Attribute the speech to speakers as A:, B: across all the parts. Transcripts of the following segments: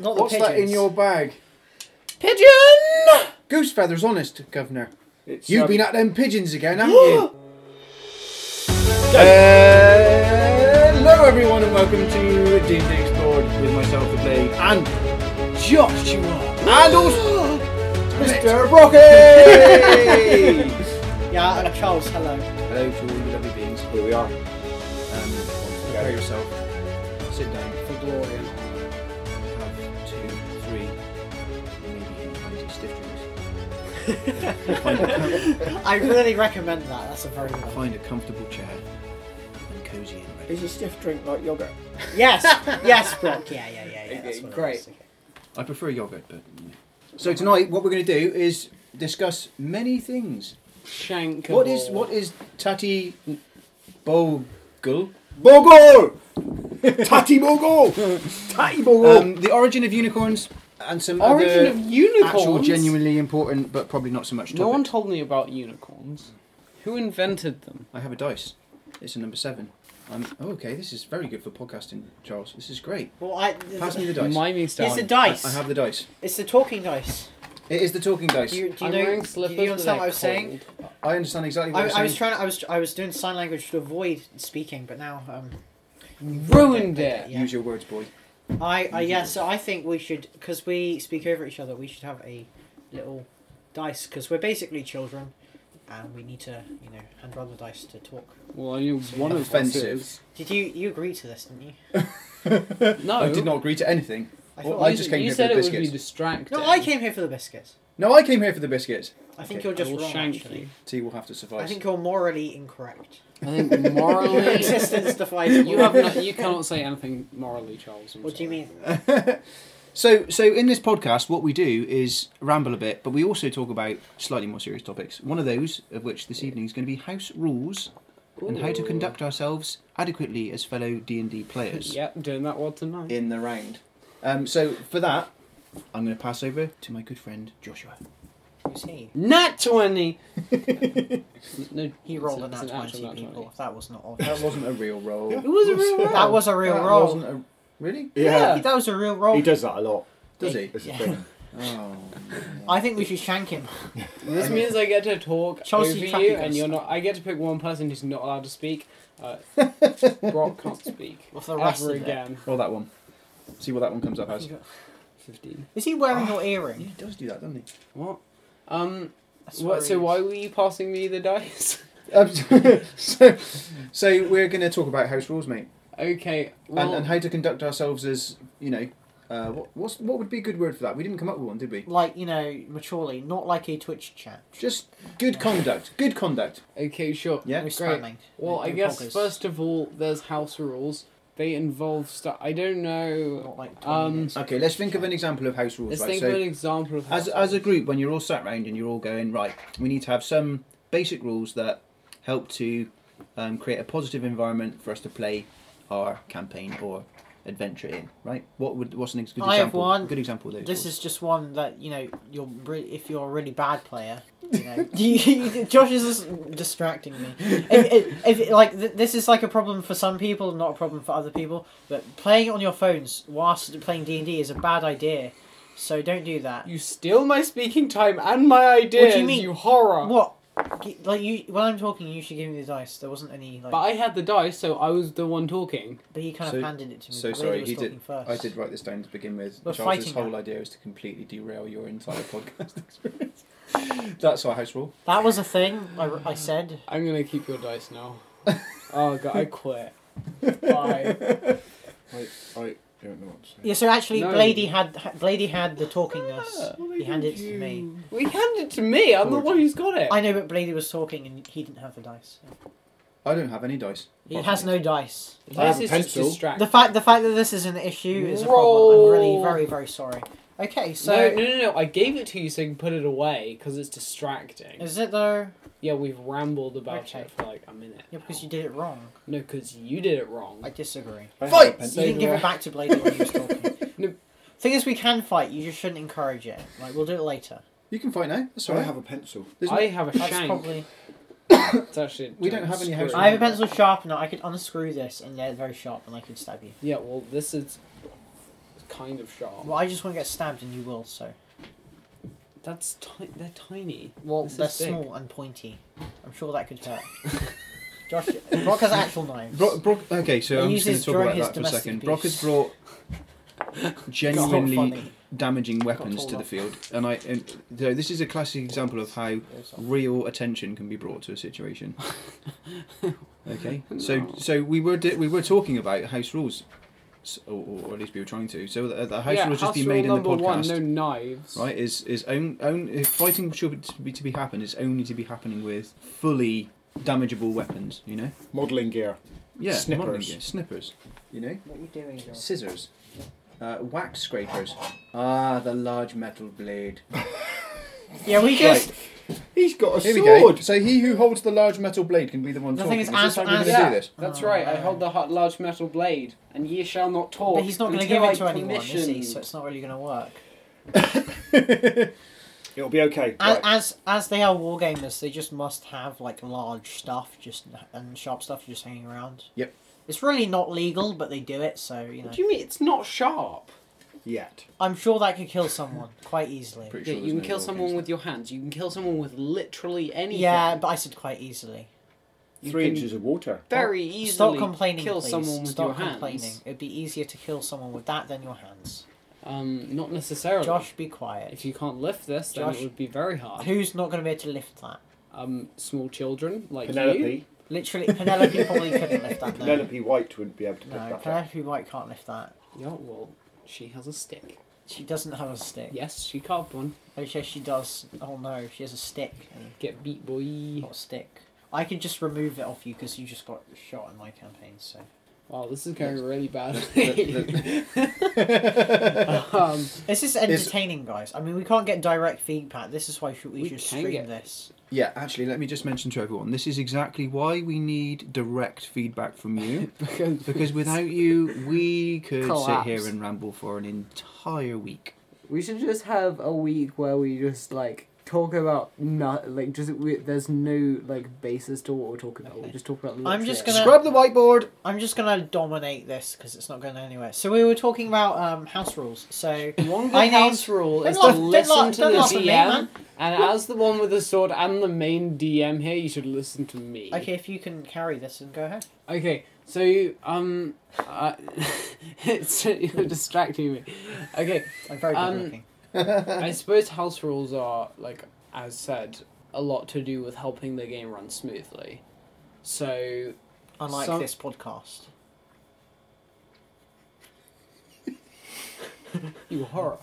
A: Not the
B: What's that in
A: pigeons.
B: your bag?
A: Pigeon!
B: Goose feathers, honest, Governor.
C: It's,
B: You've
C: um,
B: been at them pigeons again, haven't you?
C: Go.
B: Hello, everyone, and welcome to D&D Explored
C: with myself the blade.
B: and Josh, you are, and also Mr. Brocky.
C: Hey!
A: Yeah, and Charles, hello.
C: Hello to all you lovely beings. Here we are. Um, on to
B: Prepare
C: go.
B: yourself. Sit down.
A: For glory and honour.
C: Have two, three, maybe even twenty stiff drinks. find, a com-
A: I really recommend that. That's a very good one.
C: find a comfortable chair and cozy and ready.
D: Is a stiff drink like yogurt?
A: Yes, yes, Brock. Yeah, yeah, yeah, yeah. that's what it
D: Great.
A: is, okay.
C: I prefer yogurt, but mm,
B: So tonight, what we're going to do is discuss many things.
A: Shank.
B: What is what is Tati Bogle?
D: Bogle! Tatty Bogle! Tatty Bogle!
B: Um, the origin of unicorns and some
A: Origin
B: other
A: of unicorns.
B: actual genuinely important but probably not so much.
A: No one
B: topic.
A: told me about unicorns. Who invented them?
B: I have a dice. It's a number seven. Um, oh, okay, this is very good for podcasting, Charles. This is great.
D: well, I,
B: Pass me the dice.
A: Miming style.
D: it's the dice.
B: I have the dice.
D: it's the talking dice.
B: It is the talking dice.
D: Do you, do you
A: I'm
D: know?
A: wearing
D: do you
A: slippers. but
D: understand
A: they're
D: what I was saying?
A: cold.
B: I understand exactly what
D: I,
B: you're
D: I was
B: saying.
D: trying. To, I was. I was doing sign language to avoid speaking, but now. Um,
A: Ruined it.
D: yeah.
B: Use your words, boy.
D: I. I yeah. So I think we should, because we speak over each other, we should have a little dice, because we're basically children, and we need to, you know, hand roll the dice to talk.
A: Well, I knew one of us
B: Offensive.
A: is.
D: Did you? You agree to this, didn't you?
A: No.
B: I did not agree to anything.
D: I
B: Well,
D: thought
B: I
A: You-
D: you-
B: just came
A: you
B: here for
A: said
B: the
A: it would be
B: biscuits.
A: distracting.
D: No, I came here for the biscuits.
B: No, I came here for the biscuits.
D: I think
B: Okay,
D: you're just
A: I will
D: wrong.
A: shank
D: actually.
A: you.
B: Tea will have to suffice.
D: I think you're morally incorrect.
A: I think
D: Your
A: morally,
D: existence defies
A: you have
D: moral.
A: no, you Uh, cannot say anything morally, Charles. I'm
D: What do you
A: sorry.
D: mean?
B: So, so in this podcast, what we do is ramble a bit, but we also talk about slightly more serious topics. One of those, of which this evening is going to be house rules and how to
A: Ooh.
B: conduct ourselves adequately as fellow D and D players
A: Yep, doing that one tonight.
B: in the round. Um, so, for that, I'm going to pass over to my good friend Joshua.
D: Who's he?
A: Nat twenty. no,
D: He
A: it's
D: rolled
A: a-
D: an
A: it's
D: at
A: an actual
D: 20
A: nat
D: people.
A: 20.
D: That was not obvious.
B: That wasn't a real roll.
A: It was a real roll.
D: That was a real roll.
B: Wasn't a, really?
A: Yeah.
D: That was a real roll.
C: He does that a lot.
B: Does he?
C: It's a
D: Yeah.
C: thing.
B: Oh.
D: I think we should shank him.
A: This means I get to talk
D: Chelsea
A: over
D: Trappy
A: you,
D: goes.
A: and you're not. I get to pick one person who's not allowed to speak. Uh, Brock can't speak
D: Well, for the rest
A: ever
D: of it.
A: again.
B: Roll that one. See what that one comes up as.
A: Fifteen.
D: Is he wearing your
B: Yeah,
D: earring?
B: he does do that, doesn't he?
A: What? Um.
D: That's
A: What? So why
D: worrying.
A: were you passing me the dice?
B: Um, so, so we're going to talk about house rules, mate,
A: okay. Well,
B: and, and how to conduct ourselves as you know. Uh, what, what's what would be a good word for that? We didn't come up with one, did we?
D: Like you know, maturely, not like a Twitch chat.
B: Just good conduct. Good conduct.
A: okay, sure.
B: Yeah.
D: No
A: Great.
D: spamming.
A: Well,
D: no
A: I guess
D: poggers.
A: first of all, there's house rules. They involve stuff. I don't know.
D: Not like
A: um,
D: um.
B: Okay, let's think of an example of house rules.
A: Let's
B: Right.
A: think
B: So,
A: of an example of
B: as
A: house
B: as a
A: rules.
B: group, when you're all sat round and you're all going right, we need to have some basic rules that help to um, create a positive environment for us to play our campaign or adventure in. Right. What would what's an ex- good
D: I
B: example?
D: have one.
B: Good example. Of those
D: This
B: rules?
D: is just one that you know you're re- if you're a really bad player. You know, You- Josh is just distracting me. If, if, if like th- this is like a problem for some people, not a problem for other people. But playing on your phones whilst playing D and D is a bad idea. So don't do that.
A: You steal my speaking time and my ideas. What do you mean?
D: mean?
A: You horror.
D: What? G- Like you, when I'm talking, you should give me the dice. There wasn't any like,
A: But I had the dice, so I was the one talking.
D: but he kind
B: So-
D: of handed it to me.
B: so
D: but Lady
B: sorry,
D: was
B: he did-
D: talking First.
B: I did write this down to begin with.
D: We're
B: Charles'
D: fighting
B: whole
D: now.
B: idea is to completely derail your entire podcast experience. That's our house rule.
D: That was a thing I, I said.
A: I'm gonna keep your dice now. oh god, I quit. Bye.
C: I don't know what to say.
D: Yeah. So actually,
A: No.
D: Blady had ha- Blady had the
B: Ah.
D: talkingness. He handed it to me.
A: We handed it to me. I'm the one who's got it.
D: I know, but Blady was talking and he didn't have the dice.
B: I don't have any dice.
D: He
B: Apart
D: has
B: from
D: no dice.
C: I have
A: This
C: a
A: is just
C: pencil.
A: distracting.
D: The fact the fact that this is an issue is a problem.
A: Roll.
D: I'm really very very sorry. Okay, so
A: no, no, no, no. I gave it to you so you can put it away because it's distracting.
D: is it though?
A: Yeah, we've rambled about
D: Okay.
A: it for like a minute.
D: Yeah, because you did it wrong.
A: No, because you did it wrong.
D: I disagree.
C: I have
B: Fight!
C: a
D: You
C: pencil.
D: didn't give it back to Blady when he was talking.
A: No.
D: Thing is, we can fight. You just shouldn't encourage it. Like we'll do it later.
B: You can fight now. That's all
C: I
B: right.
C: have a pencil.
B: There's
A: I have a
D: That's
A: shank.
D: probably.
A: It's actually. a
B: We don't
A: giant
B: have any
A: screw.
B: house
D: I have a pencil sharpener. I could unscrew this, and they're very sharp, and I could stab you.
A: Yeah, well, this is kind of sharp.
D: Well, I just want to get stabbed, and you will. So.
A: That's ti- they're tiny.
D: Well,
A: This is
D: they're
A: big.
D: small and pointy. I'm sure that could hurt. Josh, Brock has actual knives.
B: Brock, Brock, okay, so
D: He
B: I'm just going
D: uses
B: to talk about
D: during his
B: that for a second.
D: domestic
B: Brock
D: abuse.
B: has brought
D: It's not
B: genuinely
D: funny.
B: damaging weapons to
D: taller.
B: the field, and I and so this is a classic example of how
D: It's not-
B: real attention can be brought to a situation. Okay, so
A: No.
B: so we were di- we were talking about house rules, s- or, or at least we were trying to. So uh, the, the house
A: yeah,
B: rules just
A: house
B: be
A: rule
B: made in the
A: number
B: podcast,
A: one: no knives.
B: right? Is is own own if fighting should be to be happen is only to be happening with fully damageable weapons. You know,
C: Modelling gear.
B: yeah,
C: Snippers.
B: modelling gear, snippers. You know,
D: What are you doing, Josh?
B: scissors, uh, wax scrapers. Ah, the large metal blade.
D: Yeah, we just.
C: He's got a
B: Here we go.
C: sword.
B: So he who holds the large metal blade can be the one
D: The
B: talking.
D: thing is,
B: this
D: answer-
B: how we're gonna
A: answer-
B: do this?
A: That's
D: Oh,
A: right. I
D: right.
A: hold the hot, large metal blade, and ye shall not talk.
D: But he's not going to
A: until
D: give it
A: I
D: to anyone, is he?
A: permission.
D: So it's not really going to work.
C: It'll be okay.
D: As,
C: Right.
D: as as they are wargamers, they just must have like large stuff, just and sharp stuff just hanging around.
B: Yep.
D: It's really not legal, but they do it, so you know.
A: What do you mean it's not sharp?
C: Yet.
D: I'm sure that could kill someone quite easily.
B: Pretty
A: Yeah,
B: sure
A: you can
B: there's no
A: kill
B: law
A: someone
B: against
A: with your hands. You can kill someone with literally anything.
D: Yeah, but I said quite easily.
A: You
C: Three
A: can
C: inches of water.
A: Very easily.
D: Stop complaining,
A: Kill
D: please.
A: someone with
D: Stop
A: your
D: complaining.
A: hands.
D: It'd be easier to kill someone with that than your hands.
A: Um, not necessarily.
D: Josh, be quiet.
A: If you can't lift this, then
D: Josh.
A: it would be very hard.
D: Who's not going to be able to lift that?
A: Um, small children like you.
C: Penelope.
D: Literally, Penelope probably couldn't lift that. No,
C: Penelope White wouldn't be able to pick
D: no
C: that up.
D: Penelope White can't lift that.
A: Yeah, well, she has a stick.
D: She doesn't have a stick.
A: Yes, she carved one.
D: Oh, yes, she does. Oh no, she has a stick.
A: Get beat, boy.
D: Not a stick. I can just remove it off you because you just got shot in my campaign. So
A: Wow, this is going
B: Yes.
A: really badly.
B: The-
A: um,
D: this is
B: It's-
D: entertaining, guys. I mean, we can't get direct feedback. This is why should we,
A: We
D: should
A: can
D: stream
A: get-
D: this.
B: Yeah, actually, let me just mention to everyone this is exactly why we need direct feedback from you.
A: because
B: because without you, we could
A: Collapse.
B: sit here and ramble for an entire week.
A: we should just have a week where we just like talk about not like just we, there's no like basis to what we're talking about.
D: Okay.
A: We just talk about.
D: I'm just gonna-
A: literature.
B: Scrub the whiteboard!
D: I'm just gonna dominate this because it's not going anywhere. So we were talking about um, house rules. So
A: One
D: I
A: good house rule
D: Don't
A: is
D: laugh-
A: to
D: don't
A: listen
D: laugh-
A: to
D: don't
A: the
D: laugh at me,
A: DM,
D: man.
A: and as the one with the sword and the main DM here, you should listen to me.
D: okay, if you can carry this and go ahead.
A: Okay, so um, uh, it's you're distracting me. Okay,
D: I'm very good
A: Um,
D: looking.
A: I suppose house rules are like as said a lot to do with helping the game run smoothly. So
D: Unlike
A: some-
D: this podcast.
A: you horror.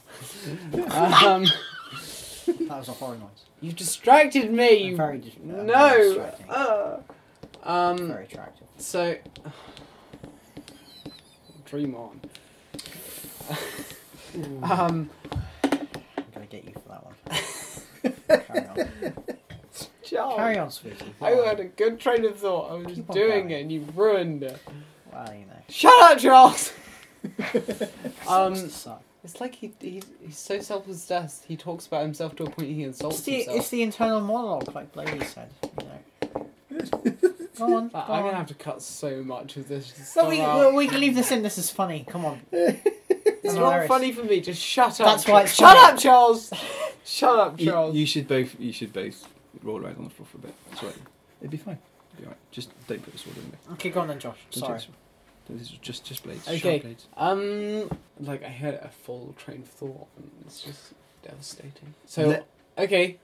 A: um,
D: That was a horror noise.
A: you distracted me.
D: I'm
A: you-
D: very dis- I'm very
A: no.
D: distracting.
A: Uh, um.
D: Very attractive.
A: So. Dream on. um.
D: I'm gonna get you for that one. carry on.
A: John,
D: Carry on, sweetie.
A: I had a good train of thought. I was
D: Keep on
A: doing
D: going.
A: it, and you ruined it.
D: Well, you know.
A: Shut up, Charles.
D: Sucks to
A: um.
D: suck.
A: It's like he, he he's so self-possessed. He talks about himself to a point he insults
D: It's the,
A: himself.
D: it's the internal monologue, like Lady said. You know. go on. Go
A: Like, I'm
D: on.
A: gonna have uh, to cut so much of this
D: So
A: stuff
D: we,
A: out.
D: we, we can leave this in. This is funny. Come on.
A: It's
D: I'm
A: not
D: hilarious.
A: funny for me. Just shut up.
D: That's why it's
A: shut
D: funny.
A: up, Charles. Shut up,
B: You,
A: Charles.
B: you should both you should both roll around on the floor for a bit. It's all right. It'd be fine. It'd be all right. Just don't put the sword in there.
D: Okay, go on then, Josh.
B: Don't
D: Sorry.
B: take the sword. This is just, just blades.
A: Okay.
B: Sharp blades.
A: Um, like I had a full train of thought, and it's just devastating. So
B: Let-
A: okay,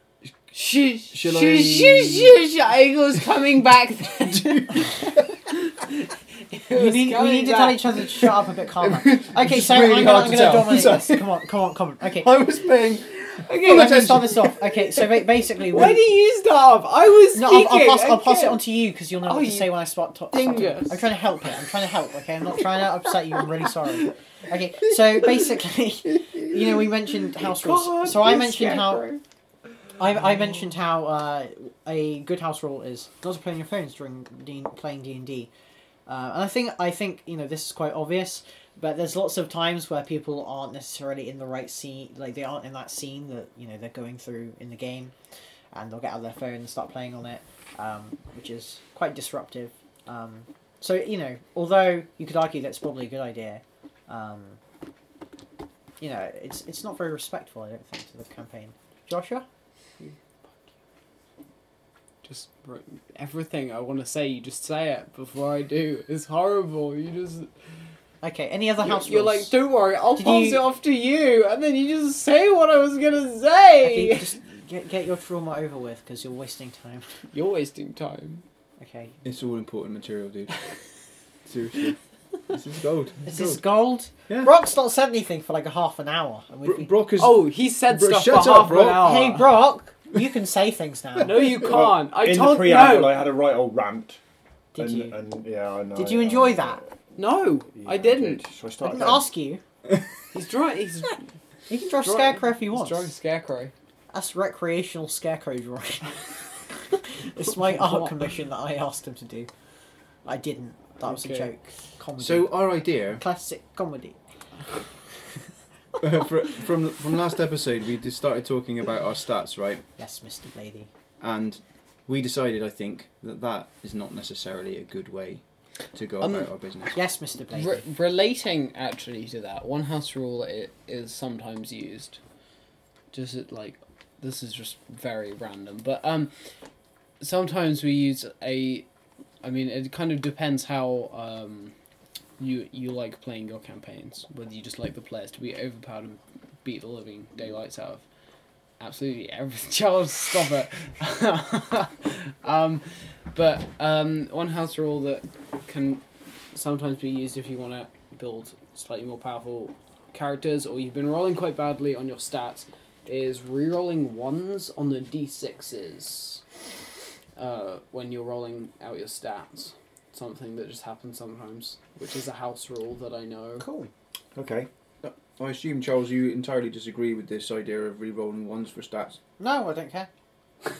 A: she
B: Shall
A: she
B: I-
A: she she she it was coming back. Then. It
D: You
A: was
D: need, we
A: coming
D: need to
A: back.
D: tell each other to shut up a bit calmer. Okay,
B: It's
D: so
B: really
D: I'm gonna,
B: hard
D: I'm
B: to
D: gonna
B: tell.
D: dominate
B: Sorry.
D: this. Come on, come on, come on. Okay.
B: I was paying.
A: Okay,
D: Let me
B: attention.
D: start this off. Okay, so ba- basically,
A: why
D: when-
A: do you stop? I was
D: no, I'll,
A: speaking.
D: I'll, pass, I'll pass it
A: okay.
D: on to you because you'll know what
A: Oh,
D: to
A: you
D: say when I start talking.
A: dingus.
D: I'm trying to help here. I'm trying to help. Okay, I'm not trying to upset you. I'm really sorry. Okay, so basically, you know, we mentioned house
A: God,
D: rules. So I
A: this
D: mentioned how
A: scarecrow.
D: I, I mentioned how uh, a good house rule is not to play on your phones during D- playing D and D, Uh, and I think I think you know this is quite obvious, but there's lots of times where people aren't necessarily in the right scene, like they aren't in that scene that you know they're going through in the game, and they'll get out of their phone and start playing on it, um, which is quite disruptive. Um, so you know, although you could argue that's probably a good idea, um, you know, it's it's not very respectful. I don't think to the campaign. Joshua,
A: Just br- everything I want to say, you just say it before I do. It's horrible. You just
D: okay. Any other
A: you're,
D: house
A: you're like,
D: rules?
A: don't worry, I'll
D: Did
A: pass
D: you-
A: it off to you, and then you just say what I was gonna
D: okay,
A: say.
D: just get get your trauma over with because you're wasting time.
A: You're wasting time.
D: Okay,
B: It's all important material, dude. Seriously. This is gold.
D: is this gold?
B: Yeah.
D: Brock's not said anything for like a half an hour, and we've
B: Bro-
D: been Oh.
B: Brock is.
A: Oh, he said
B: Bro,
A: stuff
B: shut
A: for
B: up,
A: half
B: bro.
A: an hour.
D: Hey Brock, you can say things now.
A: Ah. No, you can't. I
C: in
A: told
C: the preamble,
A: no.
C: I had a right old rant.
D: Did
C: and,
D: you?
C: And, yeah, I know.
D: Did you
E: uh,
C: I-
D: enjoy that?
A: No,
C: Yeah,
A: I didn't.
C: Shall I
D: I
C: start
D: didn't
C: again?
D: ask you.
A: He's drawing. He's
D: You can draw
A: Draw-
D: scarecrow if you
A: he's
D: want.
A: drawing scarecrow.
D: That's recreational scarecrow drawing. it's my art commission that I asked him to do. I didn't. That was a
A: Okay.
D: joke. Comedy.
B: So our idea
D: classic comedy.
B: uh, fr- from from last episode, we just started talking about our stats, right?
D: Yes, Mr. Lady.
B: And we decided, I think, that that is not necessarily a good way to go
A: Um,
B: about our business.
D: Yes, Mr. Lady.
A: Re- relating actually to that, one house rule i- is sometimes used. Just it, like this is just very random, but um, sometimes we use a. I mean, it kind of depends how um, you you like playing your campaigns. Whether you just like the players to be overpowered and beat the living daylights out of. Absolutely, every child, stop it. um, but um, one house rule that can sometimes be used if you want to build slightly more powerful characters or you've been rolling quite badly on your stats is re-rolling ones on the d6s uh, when you're rolling out your stats something that just happens sometimes which is a house rule that i know
D: Cool.
C: Okay.
B: I assume, Charles, you entirely disagree with this idea of re-rolling ones for stats.
D: No, I don't care.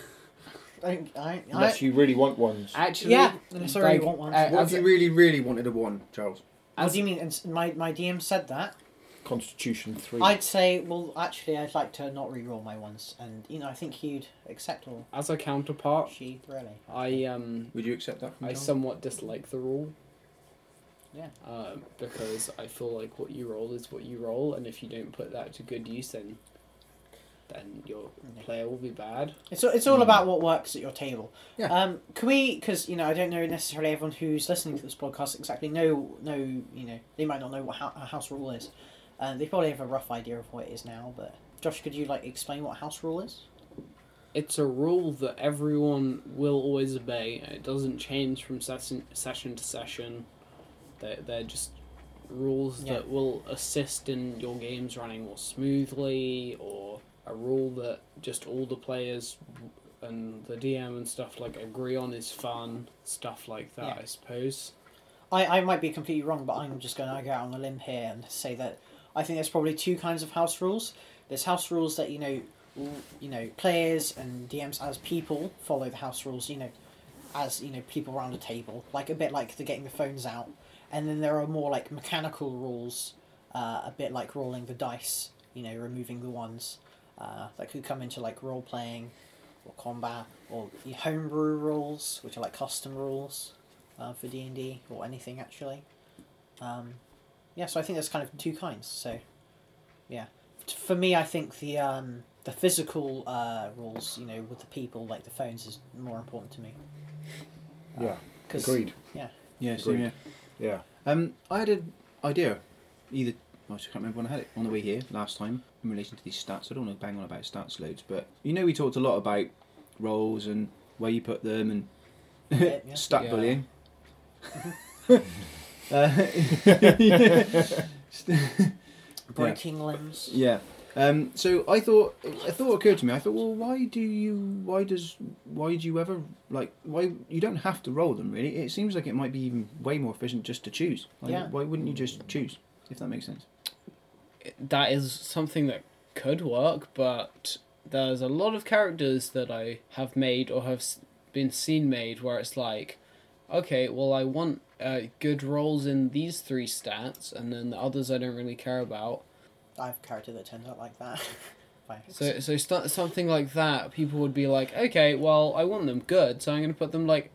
D: I, don't- I, I,
C: Unless you really want ones.
A: actually
D: yeah, I'm sorry,
A: like,
D: you want one.
A: uh,
B: What if
A: as,
B: you really, really wanted a one, Charles?
D: what do you mean? And s- My, my DM said that.
C: Constitution 3.
D: I'd say, well, actually, I'd like to not re-roll my ones, and you know, I think he'd accept all.
A: as a counterpart
D: She really.
A: i um
B: Would you accept that? From
A: I
B: Charles?
A: somewhat dislike the rule.
D: Yeah.
A: Um, because I feel like what you roll is what you roll, and if you don't put that to good use, then then your
D: Yeah.
A: player will be bad.
D: It's all, it's all about what works at your table.
B: Yeah.
D: Um, can we? Because you know, I don't know necessarily everyone who's listening to this podcast exactly know know you know they might not know what hou- a house rule is. Uh, they probably have a rough idea of what it is now. But Josh, could you like explain what house rule is?
A: It's a rule that everyone will always obey. and It doesn't change from session session to session. They're, they're just rules
D: Yeah.
A: that will assist in your games running more smoothly, or a rule that just all the players and the DM and stuff like agree on is fun. Stuff like that,
D: Yeah.
A: I suppose.
D: I, I might be completely wrong, but I'm just going to go out on a limb here and say that I think there's probably two kinds of house rules. There's house rules that you know, l- you know, players and DMs as people follow the house rules. You know, as you know, people around a table, like a bit like the getting the phones out. And then there are more like mechanical rules, uh, a bit like rolling the dice. You know, removing the ones uh, that could come into like role playing, or combat, or the homebrew rules, which are like custom rules uh, for D and D or anything actually. Um, yeah, so I think there's kind of two kinds. So, yeah, T- for me, I think the um, the physical uh, rules, you know, with the people like the phones, is more important to me.
C: yeah.
D: 'Cause-
C: Agreed.
B: Yeah,
C: same, yeah. Yeah.
B: Um, I had an idea, either I just can't remember when I had it on the way here last time in relation to these stats. I don't want to bang on about stats loads, but you know we talked a lot about roles and where you put them and
D: Yeah, yeah.
B: stat
A: Yeah.
B: bullying. Uh,
D: Breaking limbs.
B: yeah. Um, so I thought, a thought occurred to me. I thought, well, why do you? Why does? Why do you ever like? Why you don't have to roll them really? It seems like it might be even way more efficient just to choose. Like,
D: Yeah.
B: Why wouldn't you just choose? If that makes sense.
A: that is something that could work, but there's a lot of characters that I have made or have s- been seen made where it's like, okay, well, I want uh, good rolls in these three stats, and then the others I don't really care about.
D: I have a character that turns out like that. Bye.
A: So, so st- something like that, people would be like, okay, well, I want them good, so I'm going to put them like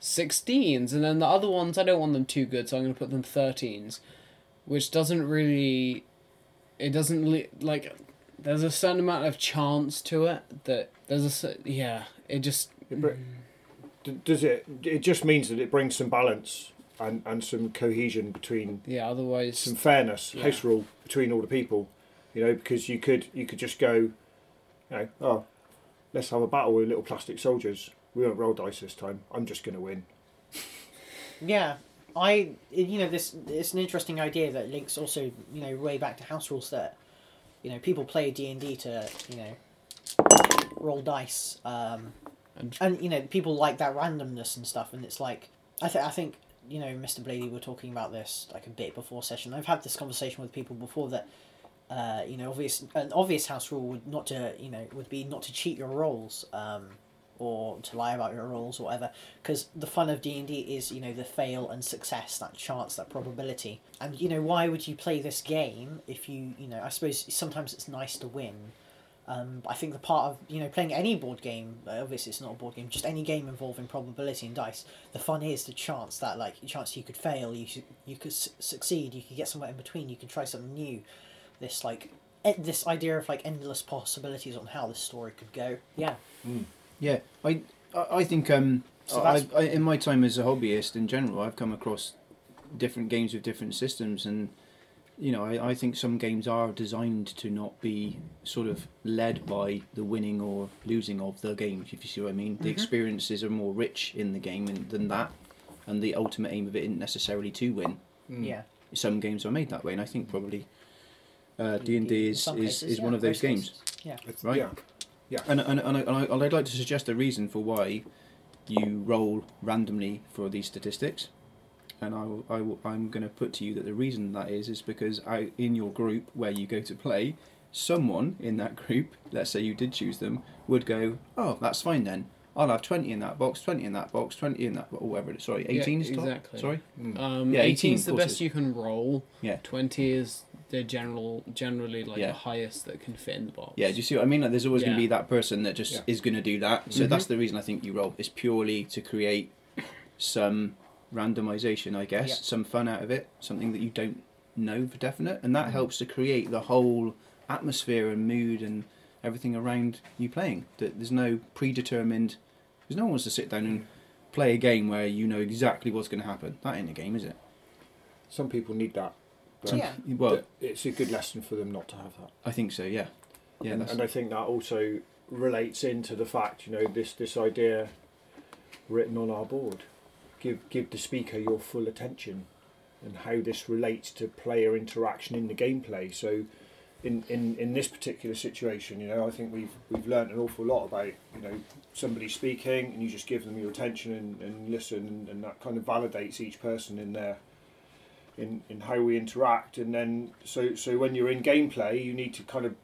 A: 16s, and then the other ones, I don't want them too good, so I'm going to put them 13s, which doesn't really it doesn't li- like there's a certain amount of chance to it that there's a cer- yeah it just
E: It br- d- does it? It just means that it brings some balance and, and some cohesion between
A: yeah otherwise
E: some fairness,
A: Yeah.
E: house rule between all the people. You know, because you could you could just go, you know, oh, let's have a battle with little plastic soldiers. We won't roll dice this time. I'm just going to win.
D: Yeah, I you know this it's an interesting idea that links also you know way back to house rules that you know people play D and D to you know roll dice um,
A: And-
D: and, you know people like that randomness and stuff and it's like I think I think you know Mr Blady were talking about this like a bit before session I've had this conversation with people before that. Uh, you know, obvious an obvious house rule would not to you know would be not to cheat your rolls, um, or to lie about your rolls or whatever because the fun of d&d is you know the fail and success that chance that probability and you know why would you play this game if you you know i suppose sometimes it's nice to win um, but i think the part of you know playing any board game uh, obviously it's not a board game just any game involving probability and dice the fun is the chance that like chance you could fail you should, you could su- succeed you could get somewhere in between you could try something new this like e- this idea of like endless possibilities on how this story could go yeah
B: Yeah, I I I think um
D: So
B: I,
D: that's-
B: I, in my time as a hobbyist in general, I've come across different games with different systems, and you know I, I think some games are designed to not be sort of led by the winning or losing of the game. If you see what I mean,
D: Mm-hmm.
B: the experiences are more rich in the game and, than that, and the ultimate aim of it isn't necessarily to win.
D: yeah
B: Some games are made that way, and I think probably Uh, D and D
D: in
B: is
D: some
B: is,
D: cases,
B: is
D: yeah,
B: one of those
D: most
B: games.
D: cases. Yeah.
E: It's-
B: Right.
E: Yeah.
B: And, and, and, I, and, I, and I'd like to suggest a reason for why you roll randomly for these statistics. And I will, I will, I'm going to put to you that the reason that is is because I, in your group where you go to play, someone in that group, let's say you did choose them, would go, oh, that's fine then. I'll have 20 in that box, 20 in that box, 20 in that box, or whatever. it is. Sorry,
A: Yeah,
B: 18 is top?
A: exactly.
B: Sorry?
A: um
B: Yeah, 18,
A: 18
B: of
A: is the
B: course
A: best
B: it-
A: you can roll
B: Yeah.
A: 20 is the general generally like
B: Yeah.
A: the highest that can fit in the box
B: Yeah, do you see what I mean? Like, there's always going to
A: Yeah.
B: be that person that just
E: Yeah.
B: is going to do that. So that's the reason I think you roll. It's purely to create some randomization, I guess,
D: Yeah.
B: some fun out of it, something that you don't know for definite, and that helps to create the whole atmosphere and mood and everything around you playing. That there's no predetermined. Because no one wants to sit down
E: Mm.
B: and play a game where you know exactly what's going to happen. That ain't a game, is it?
E: Some people need that. But
D: Yeah.
B: Well,
E: it's a good lesson for them not to have that.
B: I think so. Yeah. Yeah.
E: and,
B: That's,
E: and I think that also relates into the fact, you know, this this idea written on our board. Give give the speaker your full attention, and how this relates to player interaction in the gameplay. So, in in, in this particular situation, you know, I think we've we've learned an awful lot about you know somebody speaking, and you just give them your attention and, and listen, and, and that kind of validates each person in their in, in how we interact and then so so when you're in gameplay you need to kind of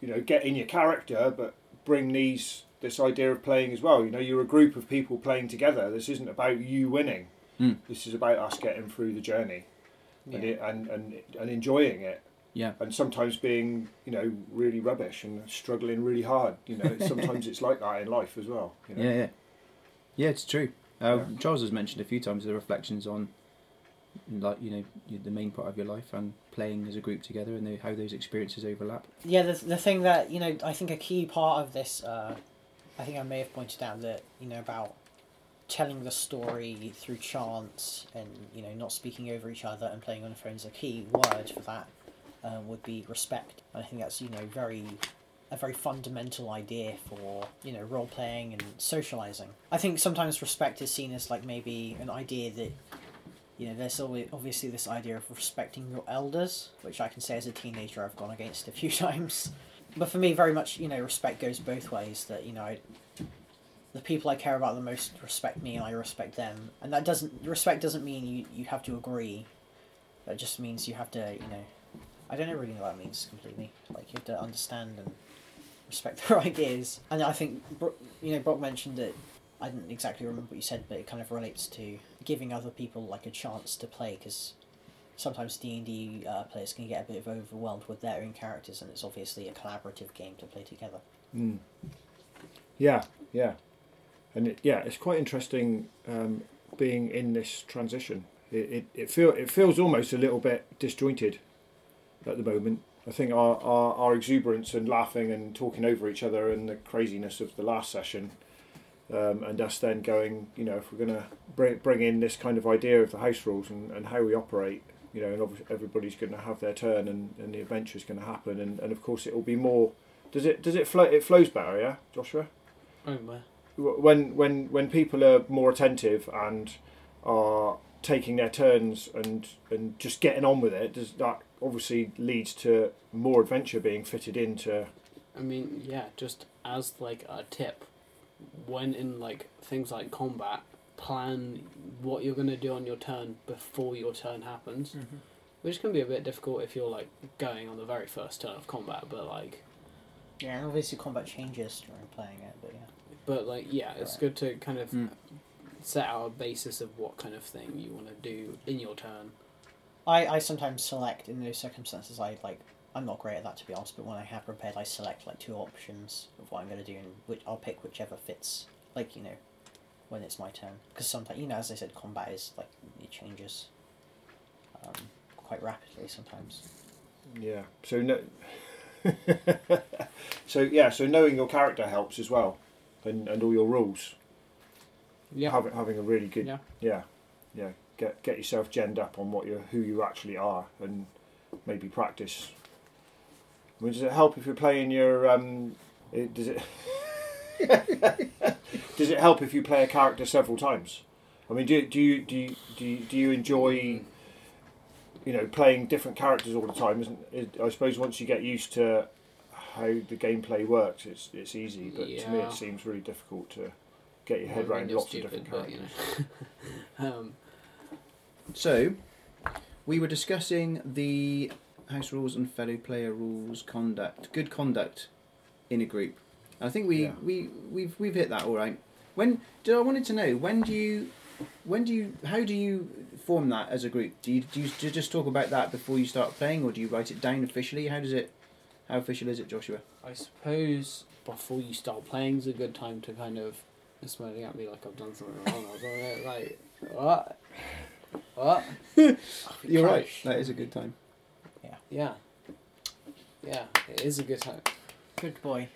E: you know get in your character but bring these this idea of playing as well you know you're a group of people playing together this isn't about you winning
B: Mm.
E: this is about us getting through the journey and,
D: Yeah.
E: it, and and and enjoying it
B: yeah.
E: and sometimes being you know really rubbish and struggling really hard you know sometimes it's like that in life as well you know?
B: Yeah, yeah, yeah. It's true. Uh, Charles has mentioned a few times the reflections on, like you know, you- the main part of your life and playing as a group together and the, how those experiences overlap.
D: yeah the, the thing that you know i think a key part of this uh, i think i may have pointed out that you know about telling the story through chance and you know not speaking over each other and playing on phones a key word for that um, would be respect i think that's you know very a very fundamental idea for you know role playing and socializing i think sometimes respect is seen as like maybe an idea that you know, there's always obviously this idea of respecting your elders, which I can say as a teenager I've gone against a few times. But for me, very much, you know, respect goes both ways. That you know, I, the people I care about the most respect me, and I respect them. And that doesn't respect doesn't mean you you have to agree. That just means you have to, you know, I don't know really know what that means completely. Like you have to understand and respect their ideas. And I think, Bro- you know, Brock mentioned it I didn't exactly remember what you said, but it kind of relates to giving other people like a chance to play because sometimes D and D uh, players can get a bit of overwhelmed with their own characters, and it's obviously a collaborative game to play together.
E: Mm. Yeah, yeah, and it, yeah, it's quite interesting um, being in this transition. It it, it feel it feels almost a little bit disjointed at the moment. I think our, our, our exuberance and laughing and talking over each other and the craziness of the last session, um, and us then going, you know, if we're going to bring, bring in this kind of idea of the house rules and, and how we operate, you know, and obviously everybody's going to have their turn and, and the adventure is going to happen, and, and of course it will be more. Does it does it flow? It flows better, yeah, Joshua when when when people are more attentive and are taking their turns and and just getting on with it, does that obviously leads to more adventure being fitted into?
A: I mean, yeah, just as like a tip, when in like things like combat, plan what you're gonna do on your turn before your turn happens, which can be a bit difficult if you're like going on the very first turn of combat. But like,
D: Yeah, and obviously combat changes during playing it, but yeah.
A: but like, yeah, it's
D: Right.
A: good to kind of
B: Mm.
A: set out a basis of what kind of thing you want to do in your turn.
D: I, I sometimes select in those circumstances. I like I'm not great at that to be honest, but when I have prepared, I select like two options of what I'm going to do, and which I'll pick whichever fits. Like you know, when it's my turn, because sometimes you know, as I said, combat is like it changes um, quite rapidly sometimes.
E: Yeah. So no. so yeah. So knowing your character helps as well, and and all your rules.
A: Yeah.
E: Having having a really good.
A: Yeah.
E: Yeah. yeah. Get get yourself genned up on what you who you actually are, and maybe practice. I mean, does it help if you're playing your? Um, it, does it? does it help if you play a character several times? I mean, do do you do you, do you, do you
A: Mm.
E: enjoy? You know, playing different characters all the time isn't. It, I suppose once you get used to how the gameplay works, it's it's easy. But to me,
A: Yeah.
E: it seems really difficult to get your
A: I
E: head
A: mean,
E: around
A: you're
E: lots of different
A: but,
E: characters.
A: you know. um,
B: So, we were discussing the house rules and fellow player rules conduct, good conduct in a group. I think we
E: Yeah.
B: we we've we've hit that all right. When do I wanted to know when do you when do you how do you form that as a group? Do you do you ju- just talk about that before you start playing, or do you write it down officially? How does it? How official is it, Joshua?
A: I suppose before you start playing is a good time to kind of it's smiling at me like I've done something wrong or something like what? What?
B: You're right.
D: Gosh.
B: That is a good time.
A: Yeah. Yeah, it is a good time.
D: Good boy.